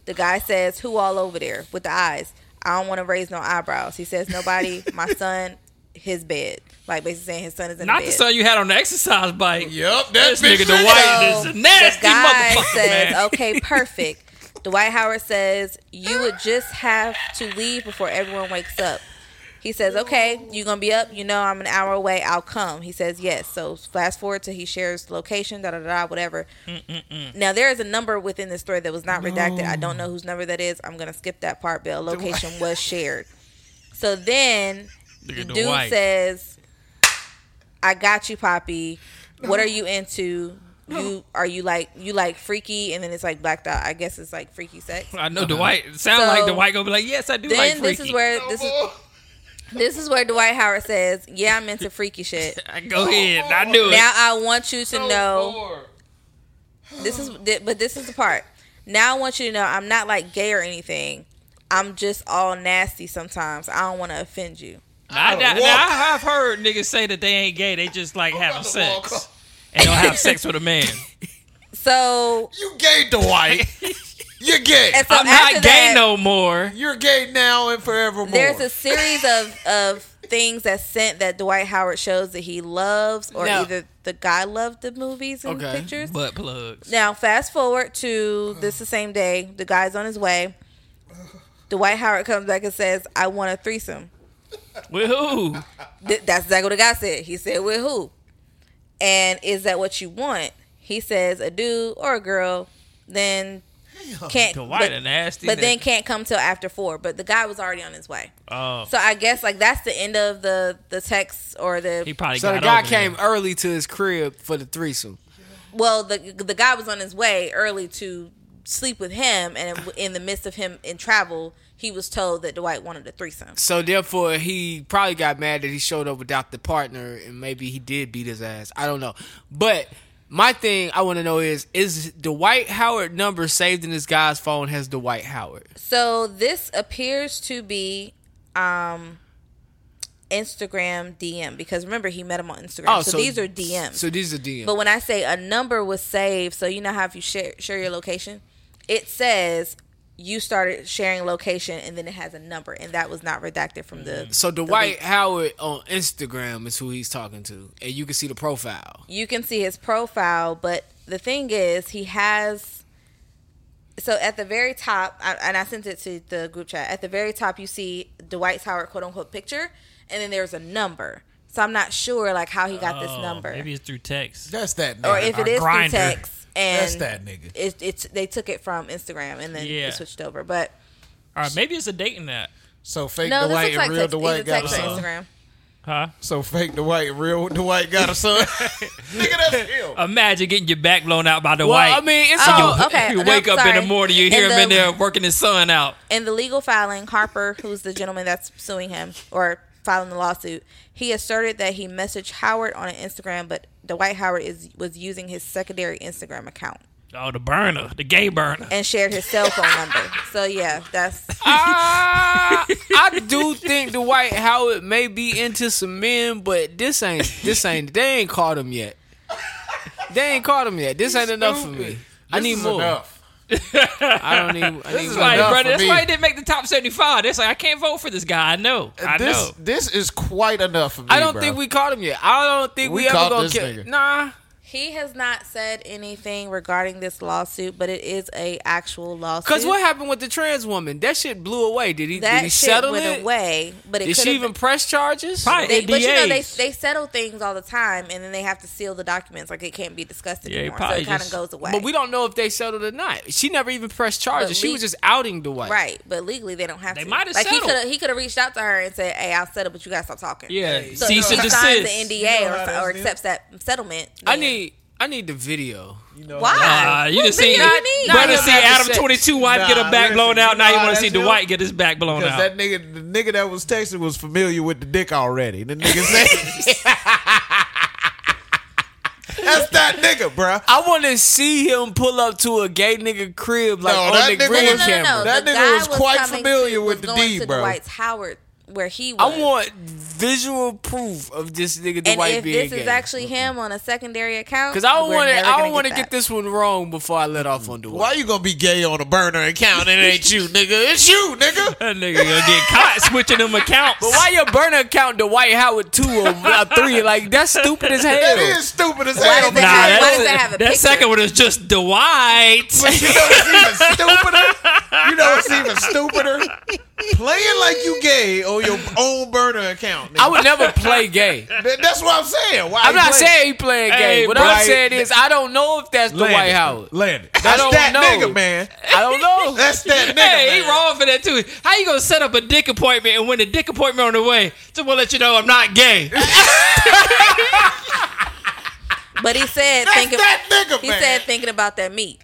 The guy says, "Who all over there with the eyes?" I don't want to raise no eyebrows. He says, "Nobody." My son, his bed. Like basically saying his son is in
Not
bed.
the son you had on the exercise bike.
Yup,
This
that's
nigga Dwight is a nasty
the guy
motherfucker,
says,
man.
"Okay, perfect." Dwight Howard says, "You would just have to leave before everyone wakes up." He says, "Okay, you gonna be up? You know, I'm an hour away. I'll come." He says, "Yes." So fast forward till he shares location, da da da, whatever. Now there is a number within this thread that was not redacted. I don't know whose number that is. I'm gonna skip that part. But a location was shared. So then
Look
the
at
dude
Dwight.
says, "I got you, Poppy. What are you into? You are you like you like freaky?" And then it's like blacked out. I guess it's like freaky sex.
I know Dwight. It sounds
So-
like Dwight gonna be like, yes, I do
Then
like freaky.
this is where this is this is where Dwight Howard says, "Yeah, I'm into freaky shit."
I go ahead. I knew it.
Now I want you to know this is thi- but this is the part. Now I want you to know I'm not like gay or anything. I'm just all nasty sometimes. I don't want to offend you.
I, I,
walk.
now, I have heard niggas say that they ain't gay. They just like having
about to
sex
walk.
and don't have sex with a man.
So,
You gay, Dwight. You're gay.
and so
I'm
after
not gay
that,
no more.
You're gay now and forevermore.
There's a series of of things that sent that Dwight Howard shows that he loves, or
Now-
either the guy loved the movies and
Okay.
pictures.
Butt plugs.
Now fast forward to this the same day. The guy's on his way. Dwight Howard comes back and says, "I want a threesome."
With who?
Th- that's exactly what the guy said. He said, "With who?" And is that what you want? He says, "A dude or a girl." Then can't.
Dwight
but-
a nasty.
but then
nigga.
can't come till after four. But the guy was already on his way.
oh,
So I guess like that's the end of the the text or the
he probably
So the
got
guy
over
came
there.
early to his crib for the threesome.
well the the guy was on his way early to sleep with him and in the midst of him in travel he was told that Dwight wanted a threesome.
So therefore, he probably got mad that he showed up without the partner, and maybe he did beat his ass. I don't know. But my thing I want to know is: is Dwight Howard number saved in this guy's phone? Has Dwight Howard?
So this appears to be um Instagram DM because remember he met him on Instagram. so, these are DMs.
Oh, So these are DMs.
But when I say a number was saved, so you know how if you share, share your location, it says you started sharing location and then it has a number, and that was not redacted from the.
so
the
Dwight
leak.
Howard on Instagram is who he's talking to, and you can see the profile.
you can see his profile, but the thing is, he has so at the very top, I- and I sent it to the group chat. At the very top, you see Dwight Howard quote unquote picture, and then there's a number. So I'm not sure like how he got this
Oh,
number,
Maybe it's through text.
That's that nigga.
or if
or
it is through
Grindr.
text. And
That's that nigga.
It, it's they took it from Instagram and then
Yeah.
they switched over, but
All right, maybe it's a dating app.
So fake
no, this
Dwight
looks like
and real
text,
Dwight
either
got a
text or
son.
Instagram.
Huh?
So fake Dwight and real Dwight got a son. nigga, that's him.
Imagine getting your back blown out by the
Well,
white.
I mean, it's
Oh,
all.
okay.
You
No,
wake up in
sorry.
the morning, you hear
In
him in
the-
there working his son out.
In the legal filing, Harper, who's the gentleman that's suing him or filing the lawsuit, he asserted that he messaged Howard on an Instagram, but Dwight Howard is was using his secondary Instagram account
Oh, the burner, the gay burner.
and shared his cell phone number. So yeah, that's
Ah, I do think Dwight Howard may be into some men, but this ain't. This ain't. They ain't caught him yet. They ain't caught him yet. This ain't enough for me. I need more.
Enough.
I don't need. I need
is
more.
Like,
enough for
brother, that's
me.
why he didn't make the top seventy-five. That's like I can't vote for this guy. I know. I
this
know.
this is quite enough for me.
I don't
bro.
think we caught him yet. I don't think
We
we, ever
caught
gonna
this
kill.
nigga.
Nah.
he has not said anything regarding this lawsuit, but it is a actual lawsuit.
Cause what happened with the trans woman? That shit blew away. Did he?
that
did he
shit
settle
went
it?
away, but it
Did she
could've
even
been-
press charges?
Probably
They, but you know they
NDAs.
they settle things all the time, and then they have to seal the documents. Like it can't be discussed
Yeah, he
anymore, so
probably
it kind of
just-
goes away.
But we don't know if they settled or not. She never even pressed charges.
But
she
le-
was just outing Dwight.
Right, but legally they don't have
They
to.
might have
like
settled.
he could he could have reached out to her and said, "Hey, I'll settle, but you gotta stop talking."
yeah,
So
cease
if
and
she signs the NDA
desist.
You know how that
or, or
is,
accepts that settlement.
I
then-
need. I need the video.
why?
Uh, you
What
just seen
video you need?
Nah,
brother
nah,
see
nah,
Adam
that's-
twenty two wife
nah,
get her back
listen,
blown
you
out. Now you
know how
want to see
that's him?
Dwight get his back blown
Because that
out.
nigga, the nigga that was texting was familiar with the dick already. The nigga said, "That's that nigga, bruh."
I want to see him pull up to a gay nigga crib like
No, that
on the
No, no,
nigga
grid
no, no,
camera.
no.
That
The
nigga
guy
was quite
coming
familiar
to,
with
was
the
going
D,
to
bro.
Dwight's Howard, where he was.
I want visual proof of this nigga
and
Dwight
if
being
this is
gay.
actually him on a secondary account,
Cause I don't
we're
want to.
never
I
gonna
don't want to get,
that.
this one wrong before I let off on Dwight.
Why you gonna be gay on a burner account? and It ain't you, nigga. It's you, nigga.
That nigga gonna get caught switching them accounts.
But why your burner account Dwight Howard two or uh, three? Like that's stupid as hell.
That is stupid as
Why does
hell. But
it
you
have, why
that's-
does it have a
that
picture?
second one is just Dwight.
know what's even stupider? You know what's even stupider? Playing like you gay on your own burner account. Nigga.
I would never play gay.
Th- That's what I'm saying. Why
I'm
he
not
playing?
saying he playing gay.
Hey,
what
bro.
I'm saying is I don't know if that's
Landon.
Dwight Howard.
Landon. That's
don't
that
know.
nigga, man.
I don't know.
That's that nigga.
Hey,
man.
he wrong for that too. How you gonna set up a dick appointment and when the dick appointment on the way, someone let you know I'm not gay.
But he said
That's
thinking
that nigga,
he
man.
said thinking about that meat.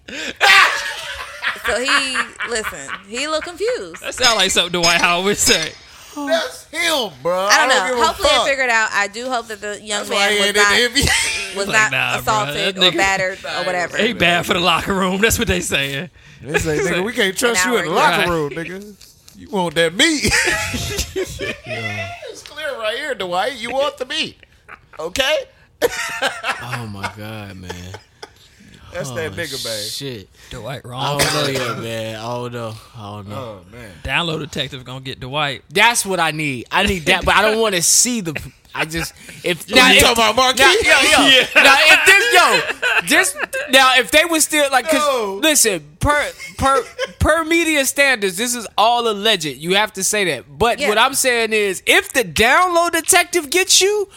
so he listen, he a little confused.
That sounds like something Dwight Howard would say.
That's him, bro.
I don't know.
give a
Hopefully,
fuck.
I figured out. I do hope that the young
That's why he
man
ain't
was
in the
not,
NBA.
was
Like,
not
nah, bruh,
assaulted
that
or
nigga-
battered or whatever.
He bad for the locker room. That's what they saying.
They say, nigga, we can't trust
An
you in the
hour
locker room, nigga. You want that meat? It's clear right here, Dwight. You want the meat, okay?
Oh my god, man.
That's that nigga, man.
Shit.
Dwight
I
wrong.
don't know yet, man. I don't know. I don't know.
Oh man,
Download detective gonna get Dwight.
That's what I need. I need that, but I don't want to see the. I just if
now, you
if-
talking about Marquis?
Now, yo, yo, now if this, yo, just now if they was still like, 'cause,
No.
listen, per per per media standards, this is all alleged. You have to say that. But
Yeah.
what I'm saying is, if the download detective gets you,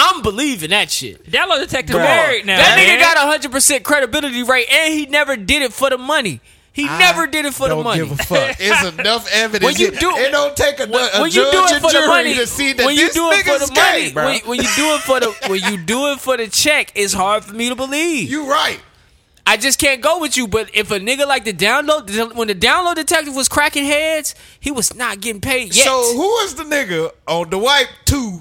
I'm believing that shit.
Download detective
Come
married
on.
now.
that
man.
nigga got a hundred percent credibility rate, and he never did it for the money. He never did it for the
don't
money.
give a fuck. It's enough evidence.
When you do-
it don't take a, a
when
judge
you do it
and
for the
jury
money,
to see that
when you
this
do it for
nigga's
the
gay,
money,
bro.
when, when you do it for the when you do it for the check, it's hard for me to believe.
you right.
I just can't go with you. But if a nigga like the download, when the download detective was cracking heads, he was not getting paid yet.
So who is the nigga on Dwight two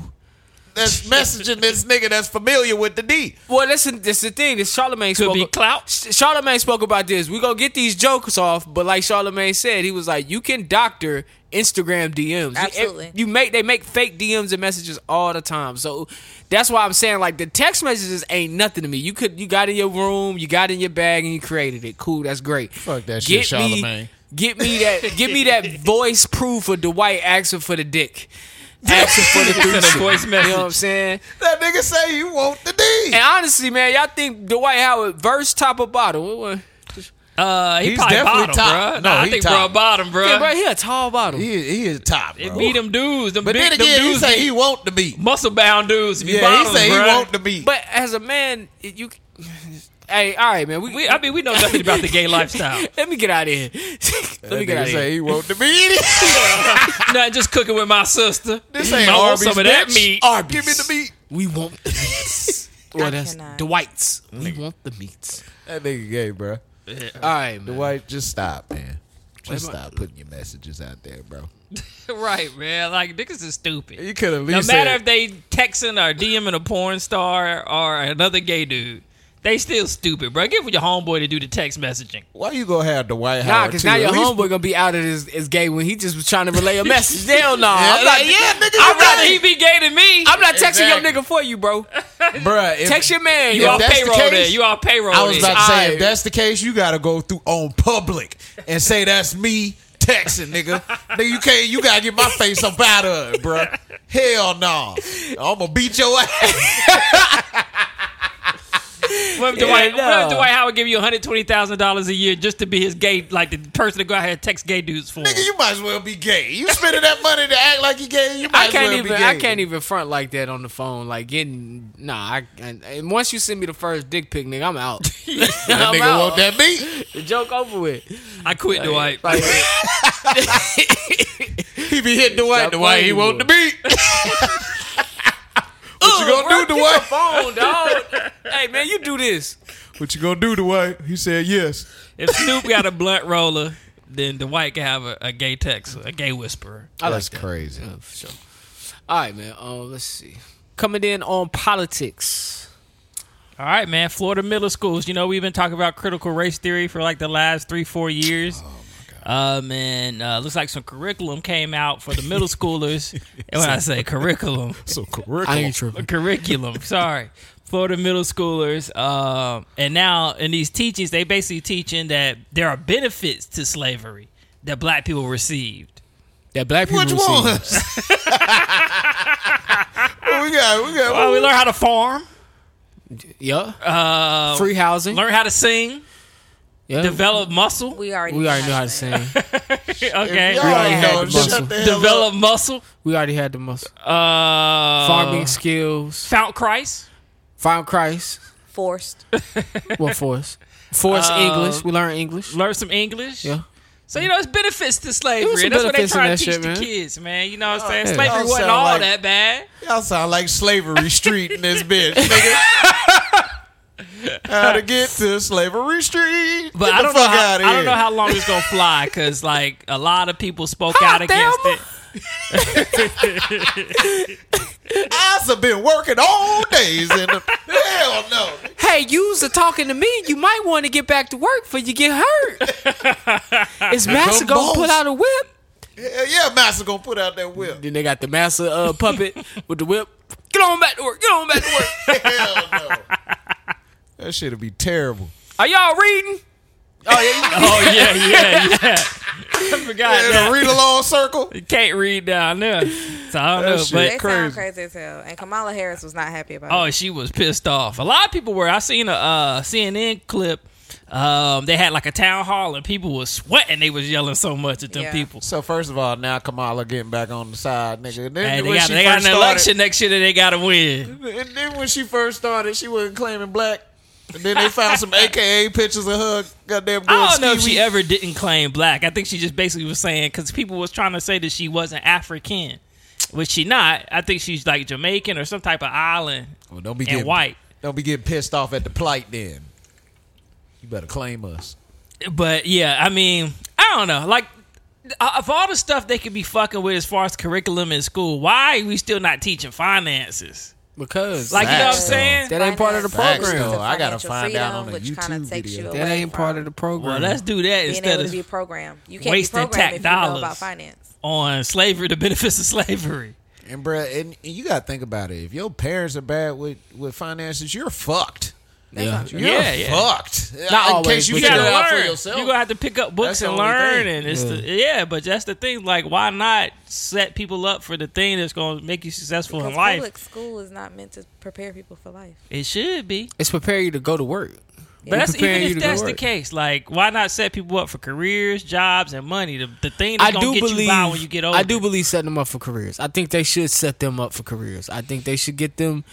that's messaging this nigga that's familiar with the D?
well, listen, this is the thing. This Charlemagne
could
spoke.
be clout.
Charlemagne spoke about this. We gonna get these jokes off, but like Charlemagne said, he was like, "You can doctor Instagram DMs. You-
Absolutely.
you make they make fake DMs and messages all the time. So that's why I'm saying like the text messages ain't nothing to me. You could you got in your room, you got in your bag, and you created it. Cool, that's great.
Fuck that
Get
shit,
me-
Charlemagne.
Get me that. Get me that voice proof of Dwight asking for the dick. Asking for the
Send a
threesome.
voice
You know what I'm
message.
saying?
That nigga say you want the D.
And honestly, man, y'all think Dwight Howard verse top or bottom? What- what-
Uh, he
He's
probably
definitely
bottom,
top.
bruh.
No,
Nah, I
he
think
top.
bro bottom, bro.
Uh-huh.
Yeah, bro, he a tall bottom.
He, he is top, bro.
It be them dudes, them
but
big,
then
them
again, he
dudes,
say he
that-
want to be.
muscle bound dudes. Be
Yeah,
bottoms,
he say
bruh.
he want to be.
But as a man, it- you. Hey, all right, man. We,
We, I mean, we know nothing about the gay lifestyle.
let me get out of here. let me
That
get
nigga
out of
say
here.
he want to be.
Not just cooking with my sister.
This ain't
I want
Arby's,
some of that
bitch.
meat.
Arby's. Give me the meat.
We want the meats.
I
well, that's
cannot.
Dwight's. We want the meats.
That nigga gay, bro.
All right, man.
Dwight, just stop, man. Just
Wait,
stop putting your messages out there, bro.
right, man. Like niggas is stupid.
You could at
No
least
matter
said-
if they texting or DMing a porn star or another gay dude, they still stupid, bro. Give your homeboy to do the text messaging.
why you gonna have Dwight
Nah,
Howard
because
too?
now
At
your
least-
homeboy gonna be out of his is gay when he just was trying to relay a message. Hell no. I'm
like,
not,
yeah, nigga, you
I'm
Rather
not,
right.
he be gay than me.
I'm not texting
Exactly.
your nigga for you, bro.
Bruh, if-
Text your man.
you
if
all
yo.
that- that's the
payroll
case-
there. You all payroll.
I was
there.
about to say,
Alright.
if that's the case, you gotta go through on public and say that's me texting, nigga. nigga, you can't. You gotta get my face up out of it, bro. Hell no. I'm gonna beat your ass.
What if Dwight,
Yeah,
what if
no.
Dwight Howard give you one hundred twenty thousand dollars a year just to be his gay, like the person to go out here and text gay dudes for? him?
nigga, you might as well be gay. You spending that money to act like you gay. You might
I
as
can't
well
even.
Be gay.
I can't even front like that on the phone. Like getting nah. I, and, and once you send me the first dick pic, nigga, I'm out.
That
I'm
nigga
out.
want that meat.
The joke over with.
I quit, Dwight.
Like,
He be hitting Dwight.
Stop
Dwight, he
playing
want the
with
beat. what you gonna do,
Get the
Dwight?
phone, dog. hey man, you do this.
What you gonna do, Dwight? He said yes.
if Snoop got a blunt roller, then Dwight can have a, a gay texter, a gay whisperer.
I like
That's
that.
crazy.
Yeah, for sure. All right, man. Um, let's see. Coming in on politics.
All right, man. Florida middle schools. You know, we've been talking about critical race theory for like the last three, four years. Um, and uh, looks like some curriculum came out for the middle schoolers. and when I say curriculum,
So correct.
I ain't tripping.
curriculum. Sorry, Florida middle schoolers. Um, and now in these teachings, they basically teaching that there are benefits to slavery that black people received.
That black people
Which
receive.
ones? What we got, we got.
Well, Oh, we learn how to farm,
Yeah. Free housing.
Uh, learn how to sing,
yeah.
develop muscle.
We already
We already knew how to
sing.
sing.
Y'all
Okay,
already had
know,
the muscle.
shut the hell up.
develop muscle.
We already had the muscle.
Uh,
Farming skills.
Found Christ.
Found Christ.
Forced.
What force? Force English. We learned English.
Uh, Learn some English.
Yeah.
So you know, it's benefits to slavery.
It was some
and That's what they
benefits
try to teach
in that shit,
the
man.
kids, man. You know what I'm saying?
yeah.
Slavery
Oh, Y'all
wasn't
sound
all
like-
that bad.
Y'all sound like slavery street in this bitch, nigga. how to get to slavery street?
But
get
I
the
don't know.
fuck
How,
out of
I
here.
don't know how long it's gonna fly because like a lot of people spoke out
Hi,
against
Thelma.
it.
Eyes have been working all days in the hell no.
Hey, you's are talking to me. You might want to get back to work before you get hurt. Is Master
come
gonna put
balls.
out a whip?
Hell yeah, Master gonna put out that whip.
Then they got the Master uh, puppet with the whip. Get on back to work. Get on back to work.
Hell no. That shit'll be terrible.
Are y'all reading?
Oh yeah, yeah, yeah. I forgot.
In
that.
a read along circle.
You can't read down there, so I don't know.
shit
But
They
Crazy.
sound crazy as hell. And Kamala Harris was not happy about
Oh,
it.
she was pissed off. A lot of people were. I seen a uh, CNN clip. Um, they had like a town hall and people was sweating. They was yelling so much at them
Yeah.
people.
So first of all, now Kamala getting back on the side, nigga. And then
Hey, they
when
got,
she
they got an
first started,
election next year that they got to win.
and then when she first started, she wasn't claiming black. And then they found some AKA pictures of her goddamn doing
I don't know if
ski
she
week.
ever didn't claim black. I think she just basically was saying because people was trying to say that she wasn't African, which she not. I think she's like Jamaican or some type of island
Well, don't be
and
getting
white.
Don't be getting pissed off at the plight. Then you better claim us.
But yeah, I mean, I don't know. Like, uh, of all the stuff they could be fucking with as far as curriculum in school, why are we still not teaching finances?
Because
Like, you know what I'm
Facts,
saying?
That ain't part of the
Finance,
program.
financial
I gotta
freedom,
find out on a
which kinda
YouTube
takes
video.
you
that
away
ain't part
from
of the program.
Well, let's do that
being able
instead
to be
of
programmed. You can't
wasting
be
tech
programmed if you know
dollars.
about finance.
on slavery, the benefits of slavery.
And bruh, and, and you gotta think about it. If your parents are bad with with finances, you're fucked.
yeah.
You're
Yeah, yeah.
fucked.
Not
In
always,
case you
but
You gotta
figure it out for
learn.
yourself.
You gonna have to pick up books
That's the
and
only
learn,
thing.
and it's yeah. The, yeah. But that's the thing. Like, why not set people up for the thing that's gonna make you successful in
Because
life?
public school is not meant to prepare people for life.
It should be.
It's prepare you to go to work.
But that's
Prepare
even
you
if
to go
that's the
work.
case, like why not set people up for careers, jobs, and money? The, the thing that's gonna get you by when you get older.
I do believe setting them up for careers. I think they should set them up for careers. I think they should get them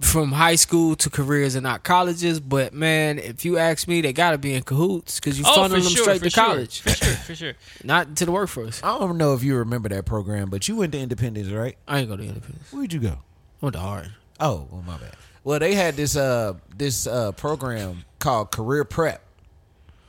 from high school to careers and not colleges. But man, if you ask me, they gotta be in cahoots because you
Oh,
funnel
for
them
sure,
straight
for
to
sure,
college,
for sure, for sure.
not to the workforce.
I don't know if you remember that program, but you went to Independence, right?
I ain't gonna independence.
Where'd you go?
I went to Hard.
Oh, well, my bad. Well, they had this uh this uh program called Career Prep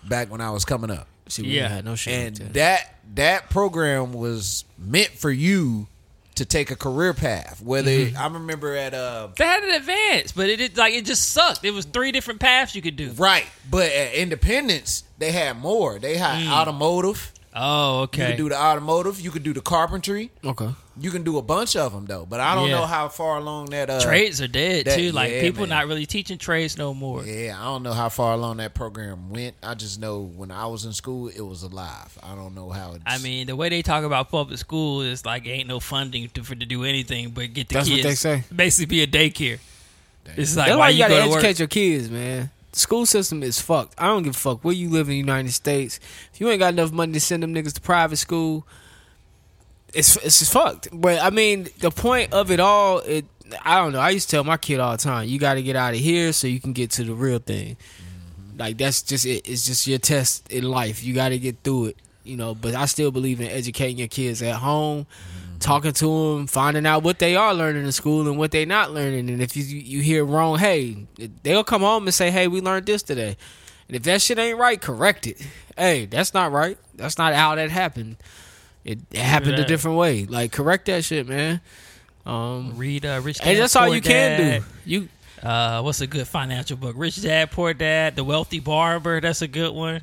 back when I was coming up.
See, we
Yeah.
yeah, had no shit.
and
like that.
that that program was meant for you to take a career path. Whether
Mm-hmm.
I remember at uh
They had an advance, but it did, like it just sucked. It was three different paths you could do.
right, but at Independence they had more. They had automotive.
Oh,
You
Mm. okay.
could do the automotive. You could do the carpentry.
okay.
You can do a bunch of them though, but I don't
Yeah.
know how far along that uh,
trades are dead
that-
too. Like
yeah,
people
man.
not really teaching trades no more.
Yeah, I don't know how far along that program went. I just know when I was in school, it was alive. I don't know how. It's,
I mean, the way they talk about public school is like ain't no funding to, for to do anything but get the
That's what
kids.
they say.
Basically, be a daycare. It's like
That's
why
why you gotta
go to work.
educate your kids, man. The school system is fucked. I don't give a fuck where you live in the United States. If you ain't got enough money to send them niggas to private school, it's it's just fucked. But I mean, the point of it all, it I don't know. I used to tell my kid all the time, you got to get out of here so you can get to the real thing. Like that's just it. It's just your test in life. You got to get through it, you know. But I still believe in educating your kids at home,
Mm-hmm.
talking to them, finding out what they are learning in school and what they not learning. And if you you hear wrong, hey, they'll come home and say, hey, we learned this today. And if that shit ain't right, correct it. Hey, that's not right. That's not how that happened. It happened a
that.
different way. Like correct that shit, man. Um,
Read uh, Rich.
hey,
Dad,
that's all
Poor
you can
Dad.
do. You
Uh, what's a good financial book? Rich Dad, Poor Dad, The Wealthy Barber. That's a good one.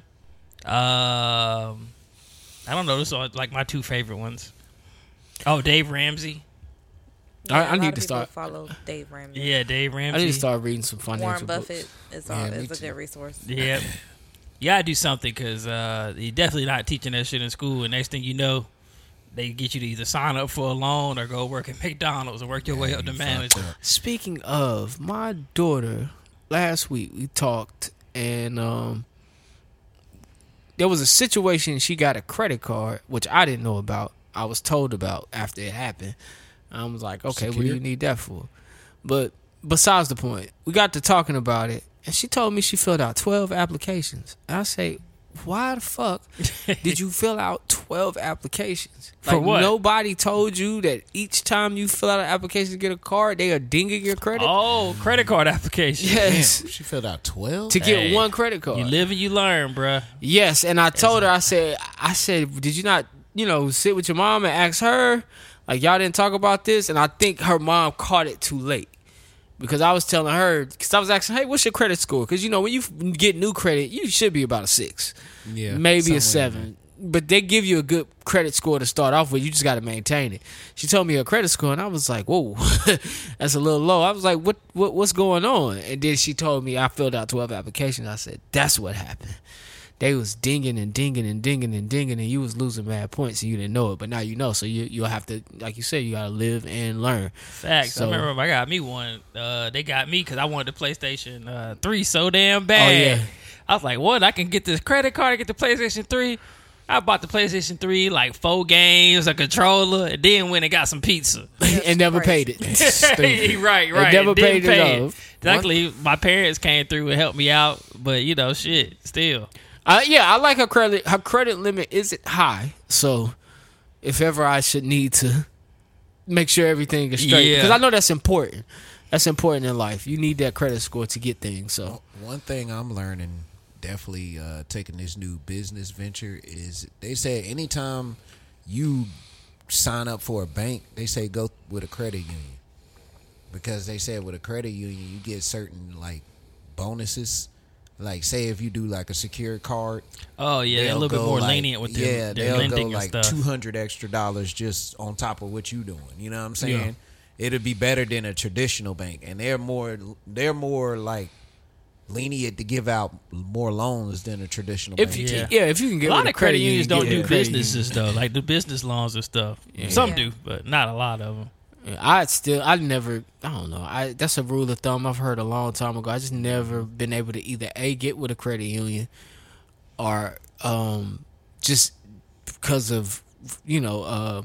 Um, I don't know. Those are like my two favorite ones. Oh, Dave Ramsey.
I- I
a lot
need
of
to
people
start-
Follow Dave Ramsey.
Yeah, Dave
I
Ramsey.
need to start reading some financial
Warren Buffett
books.
is,
Yeah,
all,
me
is a
too.
good resource.
Yep. You gotta do something because uh, you're definitely not teaching that shit in school. And next thing you know, they get you to either sign up for a loan or go work at McDonald's and work your way up to manager.
Speaking of, my daughter last week we talked and um there was a situation she got a credit card which I didn't know about. I was told about after it happened. I was like, "Okay, what do you need that for?" But besides the point, we got to talking about it and she told me she filled out 12 applications. And I say, "Why the fuck did you fill out 12 applications?"
For what?
Nobody told you that each time you fill out an application to get a card, they are dinging your credit.
Oh, credit card application.
Damn,
yes,
she filled out twelve.
to get
Hey.
one credit card.
You live and you learn, bruh.
yes, and I told her, I said, I said, did you not, you know, sit with your mom and ask her? Like y'all didn't talk about this, and I think her mom caught it too late. Because I was telling her, because I was asking, hey, what's your credit score? Because you know, when you f- get new credit, you should be about a six,
Yeah,
maybe
somewhere
a seven. But they give you a good credit score to start off with. You just got to maintain it. She told me her credit score, and I was like, "Whoa, that's a little low." I was like, what, "What? What's going on?" And then she told me I filled out twelve applications. I said, "That's what happened." They was dinging and dinging and dinging and dinging, and you was losing mad points, and you didn't know it. But now you know, so you you'll have to, like you said, you gotta live and learn.
Facts. I
So-
remember when I got me one. Uh, they got me because I wanted the PlayStation uh, 3 so damn
Oh,
bad.
yeah.
I was like, what? I can get this credit card, get the PlayStation 3. I bought the PlayStation 3, like four games, a controller, and then went and got some pizza.
and never paid it.
right,
Stupid.
right.
They never
and then
paid it off.
Luckily, my parents came through and helped me out, but you know, shit, still.
Uh, yeah, I like her credit. Her credit limit isn't high, so if ever I should need to make sure everything is straight,
Yeah.
because I know that's important. That's important in life. You need that credit score to get things. So
One thing I'm learning, definitely uh, taking this new business venture, is they say anytime you sign up for a bank, they say go with a credit union because they said with a credit union you get certain like bonuses. Like say if you do like a secured card,
Oh yeah, they're a
they'll
little bit
go,
more
like-
lenient with their,
yeah,
their
they'll go
lending and
like
stuff.
two hundred extra dollars just on top of what you doing. You know what I'm saying? It'd be better than a traditional bank, and they're more they're more like lenient to give out more loans than a traditional
if
bank.
you
Yeah.
yeah, if you can get
a
with
lot of credit
union,
unions
get
don't
with
do
a credit union.
businesses though, like the business loans and stuff. Some
Yeah.
do, but not a lot of them.
Yeah, I still, I never, I don't know. I that's a rule of thumb I've heard a long time ago. I just never been able to either a get with a credit union, or um, just because of you know uh,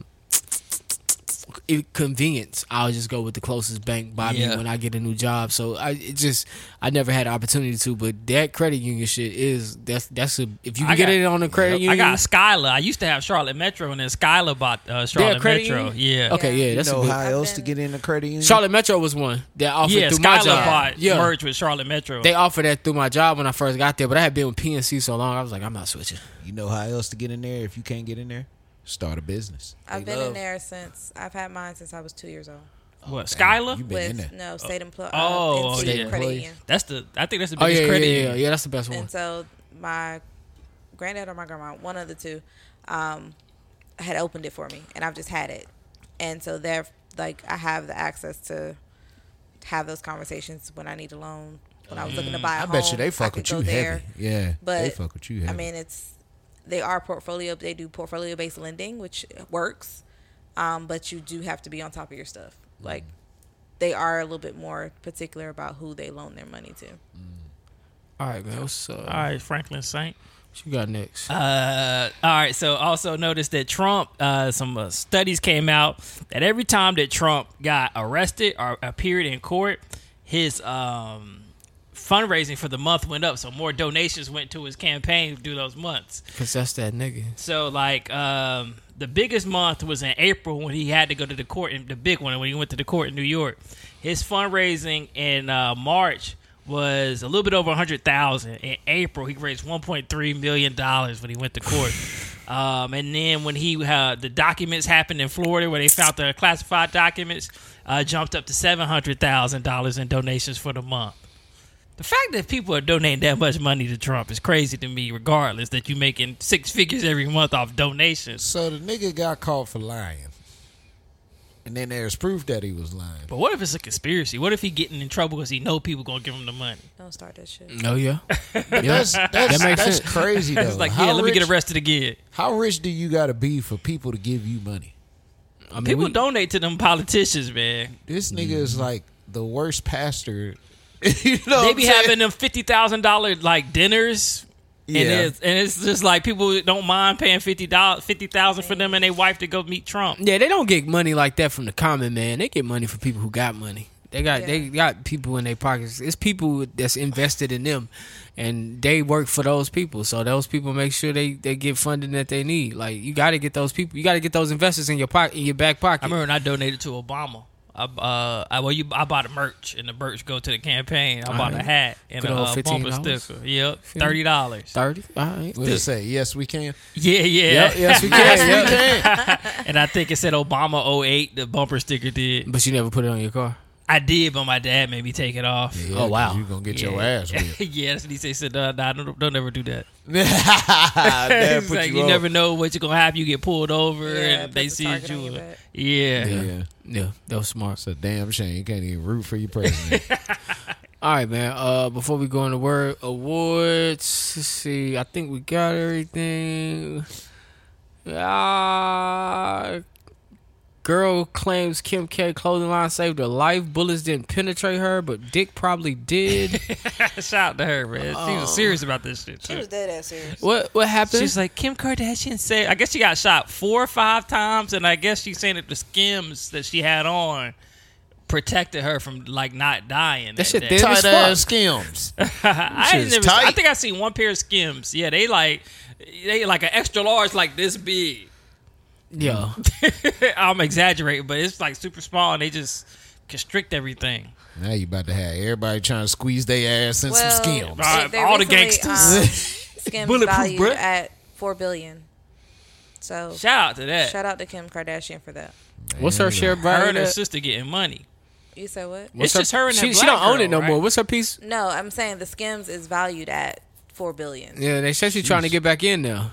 it- convenience, I'll just go with the closest bank by
Yeah.
me when I get a new job. So I it just, I never had the opportunity to. But that credit union shit is that's that's a if you can
I
get
got-
it on a credit union,
I got Skylar. I used to have Charlotte Metro, and then Skylar bought uh, Charlotte
credit
Metro.
union?
Yeah.
Okay, yeah, that's
you know
a good,
how
I've
else to
been-
get in the credit union?
Charlotte Metro was one that offered
Yeah,
through my
Skylar
job.
bought
yeah.
merged with Charlotte Metro.
They offered that through my job when I first got there, but I had been with PNC so long, I was like, I'm not switching.
You know how else to get in there if you can't get in there? Start a business.
I've
They
been
love-
in there since I've had mine since I was two years old.
what Skylar?
You been in
With
there.
no state employee,
Oh,
oh,
oh, yeah.
state credit
Employee.
union.
That's the. I think that's the
Oh
biggest
yeah, yeah,
credit.
yeah, yeah,
union.
yeah, that's the best one.
And so my granddad or my grandma, one of the two, um, had opened it for me, and I've just had it. And so there, like I have the access to have those conversations when I need a loan. When I was looking to buy a
Mm, I
home,
bet you they fuck
could
with
go
you
there.
heavy. Yeah,
But
they fuck with you heavy.
I mean, it's they are portfolio. They do portfolio based lending, which works, um, but you do have to be on top of your stuff. Like they are a little bit more particular about who they loan their money to.
All right, man. What's up?
All right, Franklin Saint.
What you got next?
Uh, all right. So also notice that Trump, uh, some uh, studies came out that every time that Trump got arrested or appeared in court, his um, fundraising for the month went up. So more donations went to his campaign through those months.
Cause that's that nigga.
So like um, the biggest month was in April when he had to go to the court in the big one when he went to the court in New York. His fundraising in uh, March was a little bit over a hundred thousand. In April, he raised one point three million dollars when he went to court. Um, and then when he uh, the documents happened in Florida where they found the classified documents, uh, jumped up to seven hundred thousand dollars in donations for the month. The fact that people are donating that much money to Trump is crazy to me, regardless that you making six figures every month off donations.
so the nigga got caught for lying, and then there's proof that he was lying.
But what if it's a conspiracy? What if he getting in trouble because he know people gonna give him the money?
Don't start that shit.
Oh yeah.
That's that's,
That makes
that's
sense.
crazy though.
It's like,
how
yeah, let me
rich,
get arrested again.
How rich do you got to be for people to give you money?
I mean,
People
we-
donate to them politicians, man.
This nigga is like the worst pastor. you know,
Mm-hmm. They
what I'm
be
saying?
having them fifty thousand dollar like dinners.
Yeah.
And it's and it's just like people don't mind paying fifty dollars fifty thousand for them and their wife to go meet Trump.
Yeah, they don't get money like that from the common man. They get money from people who got money. They got they got people in their pockets. It's people that's invested in them, and they work for those people. So those people make sure they, they get funding that they need. Like you got to get those people. You got to get those investors in your pocket in your back pocket.
I remember when I donated to Obama. I, uh, I well, you, I bought a merch, and the merch go to the campaign. I bought a
right.
hat and
Good
a
old
uh, bumper
$15.
sticker. Yep, thirty dollars.
Thirty. All right.
What did it say? Yes, we can.
Yeah, yeah.
Yep, yes, we can. yes, we can.
and I think it said Obama 08, The bumper sticker did.
But you never put it on your car.
I did, but my dad made me take it off.
Yeah,
Oh,
'cause
wow.
you gonna get your
Yeah.
ass whipped.
yeah, that's what he said. He said, nah, nah, don't, don't ever do that.
That
He's
put
like, you,
on.
never know what you're gonna have. You get pulled over,
Yeah,
and
put
they
the
see
target on
you.
your back.
Yeah.
Yeah.
Yeah, that was smart.
It's a damn shame. You can't even root for your president.
All right, man. Uh, before we go on the word awards, let's see. I think we got everything. Ah, girl claims Kim K clothing line saved her life. Bullets didn't penetrate her, but Dick probably did.
Shout out to her, man. She
Oh.
was serious about this shit.
She
too.
was dead ass serious.
what what happened?
She's like Kim Kardashian said. I guess she got shot four or five times, and I guess she's saying that the skims that she had on protected her from like not dying. That,
That shit
day.
thin as
Tight
fuck.
ass skims.
I, ain't
shit's
never,
tight.
I think I seen one pair of skims. Yeah, they like they like an extra large, like this big.
Yeah,
I'm exaggerating, but it's like super small, and they just constrict everything.
Now you about to have everybody trying to squeeze their ass in some skims.
All right, all the gangsters.
Skim's
Bulletproof
um, valued
breath.
at four billion. So shout,
Shout out to that.
out to Kim Kardashian for that.
what's her share?
her
value
and her
at?
sister getting money.
You said what?
What's
It's just her and that
she, she
black
don't own
girl,
it no
right?
more. What's her piece?
No, I'm saying the Skims is valued at four billion.
Yeah, they said she's trying to get back in now.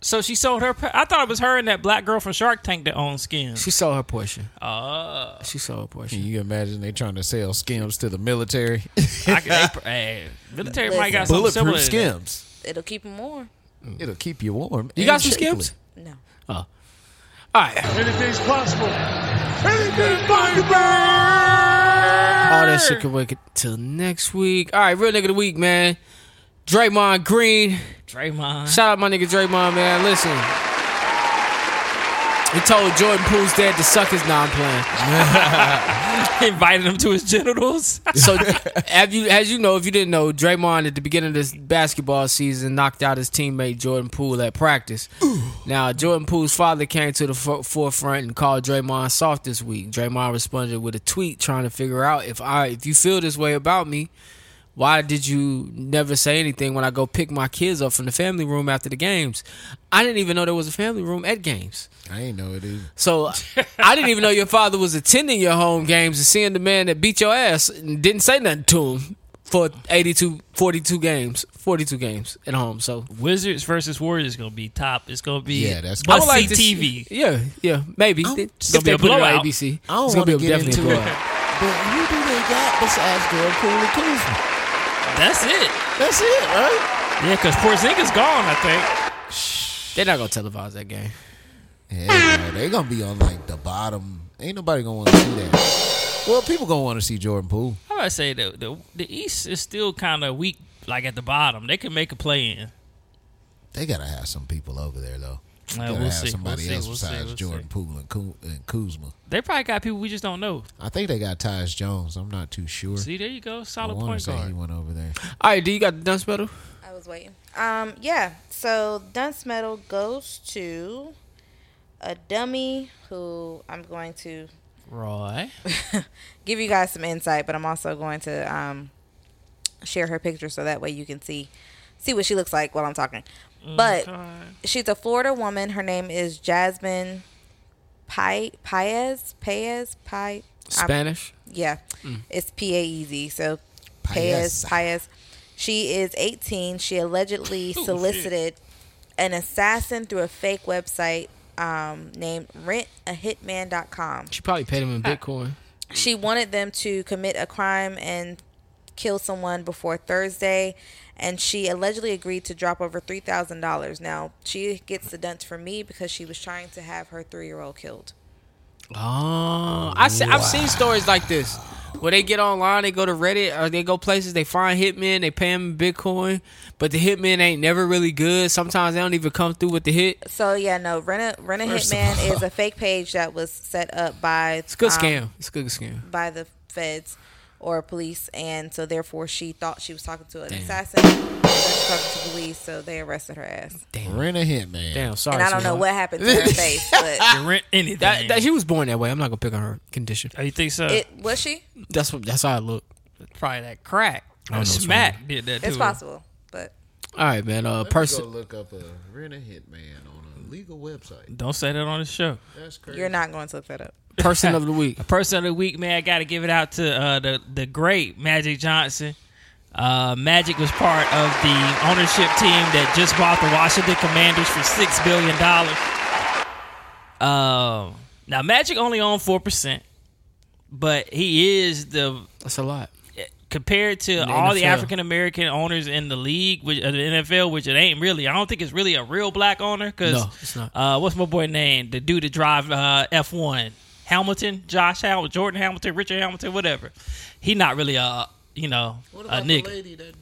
So she sold her. pa- I thought it was her and that black girl from Shark Tank that owned skims.
She sold her portion.
Oh.
She sold her portion.
Can you imagine they trying to sell skims to the military?
I could, they, pr- hey, military might got something similar.
Bulletproof
to that.
skims.
It'll keep them warm.
It'll keep you warm.
You
and
got some
shapely.
skims?
No,
All right. All that shit can wait till next week. All right, real nigga of the week, man. Draymond Green.
Draymond.
Shout out my nigga Draymond, man. Listen. He told Jordan Poole's dad to suck his non playing.
Invited him to his genitals.
So, have you, as you know, if you didn't know, Draymond at the beginning of this basketball season knocked out his teammate Jordan Poole at practice. Now, Jordan Poole's father came to the fo- forefront and called Draymond soft this week. Draymond responded with a tweet trying to figure out if I, if you feel this way about me, why did you never say anything when I go pick my kids up from the family room after the games? I didn't even know there was a family room at games.
I ain't know it either.
So I didn't even know your father was attending your home games and seeing the man that beat your ass and didn't say nothing to him for 82, 42 games, 42 games at home. So
Wizards versus Warriors is gonna be top. It's gonna be
Yeah, that's-
I
I would
like to
CTV.
yeah, yeah, maybe.
I'm-
It's
Gonna be a
they put it on
blowout.
ABC.
I don't
it's gonna
want
be
to
a
get
definitely
into it, but
blowout.
who do they got besides Jordan Poole and Kuzma?
That's it.
That's it, right?
Yeah, because Porzinga's gone. I think.
They're not gonna televise that game.
Yeah, bro, they gonna be on like the bottom. Ain't nobody gonna want to see that. Well, people gonna want to see Jordan Poole.
I would say the the, the East is still kind of weak. Like at the bottom, they can make a play in.
They gotta have some people over there though. They
Well,
gotta
we'll
have
see.
somebody
We'll see.
else
We'll see.
besides
We'll
Jordan
see.
Poole and, Ku- and Kuzma.
They probably got people we just don't know.
I think they got Tyus Jones. I'm not too sure.
See, there you go,
I
solid
want to
point
say he
guard.
went over there.
All right, do you got the dunce medal?
I was waiting. Um, yeah. So Dunce Medal goes to a dummy who I'm going to
Roy,
give you guys some insight, but I'm also going to um, share her picture so that way you can see see what she looks like while I'm talking. But she's a Florida woman. Her name is Jasmine Pai Paez Paez Pai. I'm-
Spanish.
yeah, it's P A E Z. So Paez
Paez.
Paez. She is 18. She allegedly solicited an assassin through a fake website um, named rentahitman.com
She probably paid him in Bitcoin.
she wanted them to commit a crime and kill someone before Thursday, and she allegedly agreed to drop over three thousand dollars. Now she gets the dunce for me because she was trying to have her three-year-old killed.
Oh, I se- I've seen stories like this where they get online, they go to Reddit, or they go places, they find hitmen, they pay them Bitcoin, but the hitmen ain't never really good. Sometimes they don't even come through with the hit.
So yeah, no, Rena Rena Hitman is a fake page that was set up by um,
It's a good scam. It's a good scam.
by the feds or police, and so therefore she thought she was talking to an assassin. She was talking to police, so they arrested her ass.
Rent a hitman.
Damn, sorry.
And I don't know
sweetheart.
what happened to her face, but
rent anything.
That, that she was born that way. I'm not gonna pick on her condition.
oh, you think so?
it was she?
That's what. That's how I look.
probably that crack.
I don't know,
Smack did that too.
It's possible, but.
All right, man. Uh,
Go
person.
look up a rent a hitman on a legal website.
Don't say that on the show.
That's crazy.
You're not going to look that up.
Person of the week.
Person of the week, man. I got to give it out to uh, the the great Magic Johnson. Uh, Magic was part of the ownership team that just bought the Washington Commanders for six billion dollars. Um, now Magic only owned four percent, but he is the
That's a lot.
compared to
the
all the
NFL.
African American owners in the league, which uh, the NFL, which it ain't really. I don't think it's really a real black owner. Cause
No, it's not.
Uh, what's my boy name? The dude that drive uh, F one, Hamilton, Josh Hamilton, Jordan Hamilton, Richard Hamilton, whatever. He not really a you know a nigga.
lady that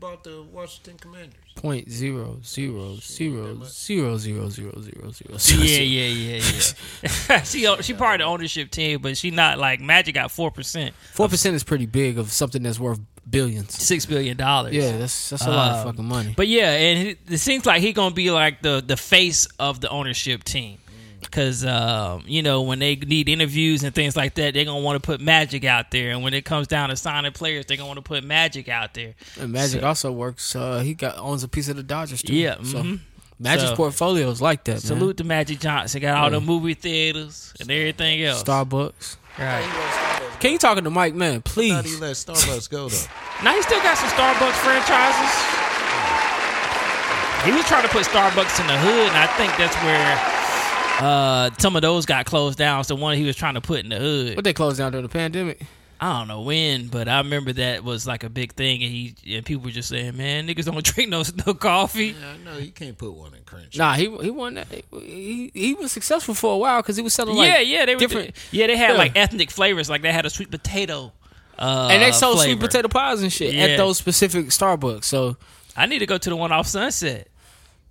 bought the Washington Commanders?
Point zero zero zero zero zero zero zero zero.
Yeah, yeah, yeah, yeah. she o- she part of the ownership team, but she not like Magic got four percent,
Four percent is pretty big of something that's worth billions.
six billion dollars.
Yeah, that's that's a lot of
Um,
fucking money.
But yeah, and it, it seems like he gonna be like the the face of the ownership team. Cause um, you know when they need interviews and things like that, they're gonna want to put Magic out there, and when it comes down to signing players, they're gonna want to put Magic out there.
And Magic also works. Uh, he got owns a piece of the Dodgers too.
Yeah,
so
mhm.
Magic's
So-
portfolio is like that.
Salute to Magic Johnson, got all the movie theaters and everything else.
man. Starbucks.
Right.
Can you talking to Mike, man?
How do you
Please.
let Starbucks go though?
Now he still got some Starbucks franchises. He was trying to put Starbucks in the hood, and I think that's where uh, some of those got closed down. So one he was trying to put in the hood.
But they closed down during the pandemic.
I don't know when, but I remember that was like a big thing, and he and people were just saying, "Man, niggas don't drink no no coffee."
No, no, you can't put one in crunch.
Nah, he he won that. He, he was successful for a while because he was selling like
yeah, yeah, they were
different.
Yeah, they had
Yeah.
like ethnic flavors, like they had a sweet potato. Uh,
and they sold sweet
flavor.
potato pies and shit
Yeah.
at those specific Starbucks. So
I need to go to the one off Sunset.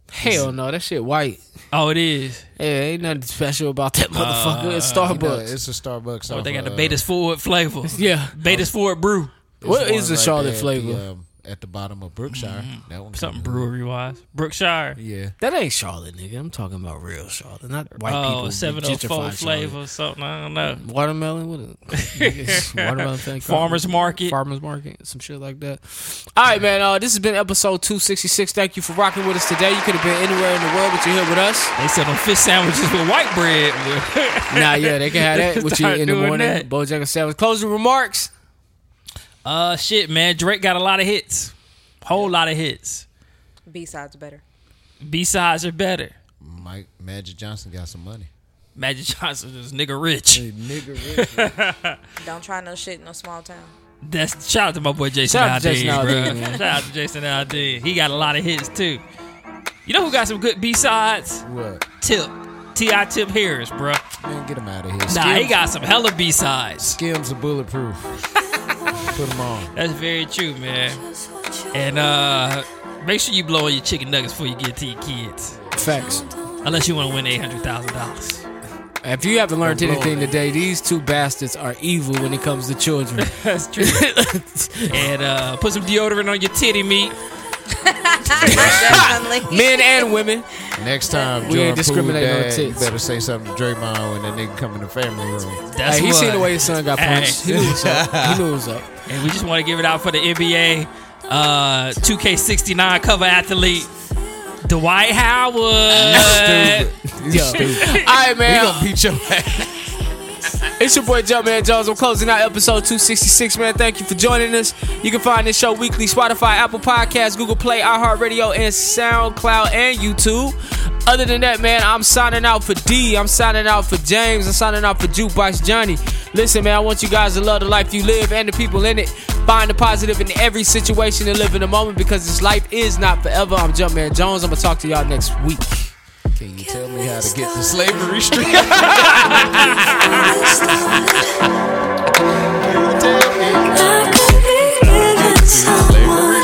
hell no, that shit white.
Oh, it is.
Yeah, ain't nothing special about that motherfucker.
Uh,
it's
You know,
Starbucks.
it's a Starbucks. off
But Oh, they got the
of,
Uh-huh.
uh,
Betas Forward flavor.
yeah.
Betas Forward Brew.
there's
What
one
is the
right
Charlotte
there at
flavor?
The, um, at the bottom of Brookshire,
Mm-hmm.
that one.
Something brewery wise. Brookshire.
Yeah,
That ain't Charlotte, nigga. I'm talking about real Charlotte, not white people.
Oh,
who
704
gentrified
flavor, something. I don't know.
Charlotte. Watermelon, what? a- watermelon thing.
Farmer's market.
farmers market, some shit like that. All right, man. Uh, this has been episode 266. Thank you for rocking with us today. You could have been anywhere in the world, but you're here with us.
They sell them fish sandwiches with white bread.
Nah, yeah, they can have that with you
Start
in the
doing
morning.
that.
Bojack Savage. Closing remarks.
uh, shit, man. Drake got a lot of hits. Whole lot of hits.
B sides better.
B sides are better.
Mike Magic Johnson got some money.
Magic Johnson is nigga rich.
Nigga,
Don't try no shit in no small town.
That's shout out to my boy Jason
Shout out to
Aldean,
Jason Aldean,
bruh.
man.
Shout out to Jason Aldean. He got a lot of hits too. You know who got some good B sides?
what?
Tip. T.I. Tip Harris, bruh.
Man, get him out of here.
Nah, he
Skims-
got some hella B sides.
Skims are bulletproof. Put them on.
That's very true, man. And uh make sure you blow all your chicken nuggets before you get to your kids.
Facts.
Unless you want to win eight hundred thousand dollars.
If you haven't learned
I'm
anything
rolling.
today, these two bastards are evil when it comes to children.
That's true. and uh put some deodorant on your titty meat.
Definitely.
Men and women.
Next time,
We
Jordan
ain't discriminating
Poole
on
dad,
tits.
You better say something to Draymond when that nigga come in the family room.
That's
hey, he
what.
seen the way his son got
Hey.
punched. He knew it was up. He knew it was up.
And we just want to give it out for the NBA uh 2K69 cover athlete. Dwight Howard.
Yo. All right, man.
Beat your ass.
It's your boy Jumpman Jones. I'm closing out episode 266, man. Thank you for joining us. You can find this show weekly Spotify, Apple Podcasts, Google Play, iHeartRadio, and SoundCloud and YouTube. Other than that, man, I'm signing out for D. I'm signing out for James. I'm signing out for Jukebox Johnny. Listen, man, I want you guys to love the life you live and the people in it. Find the positive in every situation and live in the moment because this life is not forever. I'm Jumpman Jones. I'm going to talk to y'all next week.
Can you tell me how to get to slavery street? Can you tell me?
I could be giving someone
uh,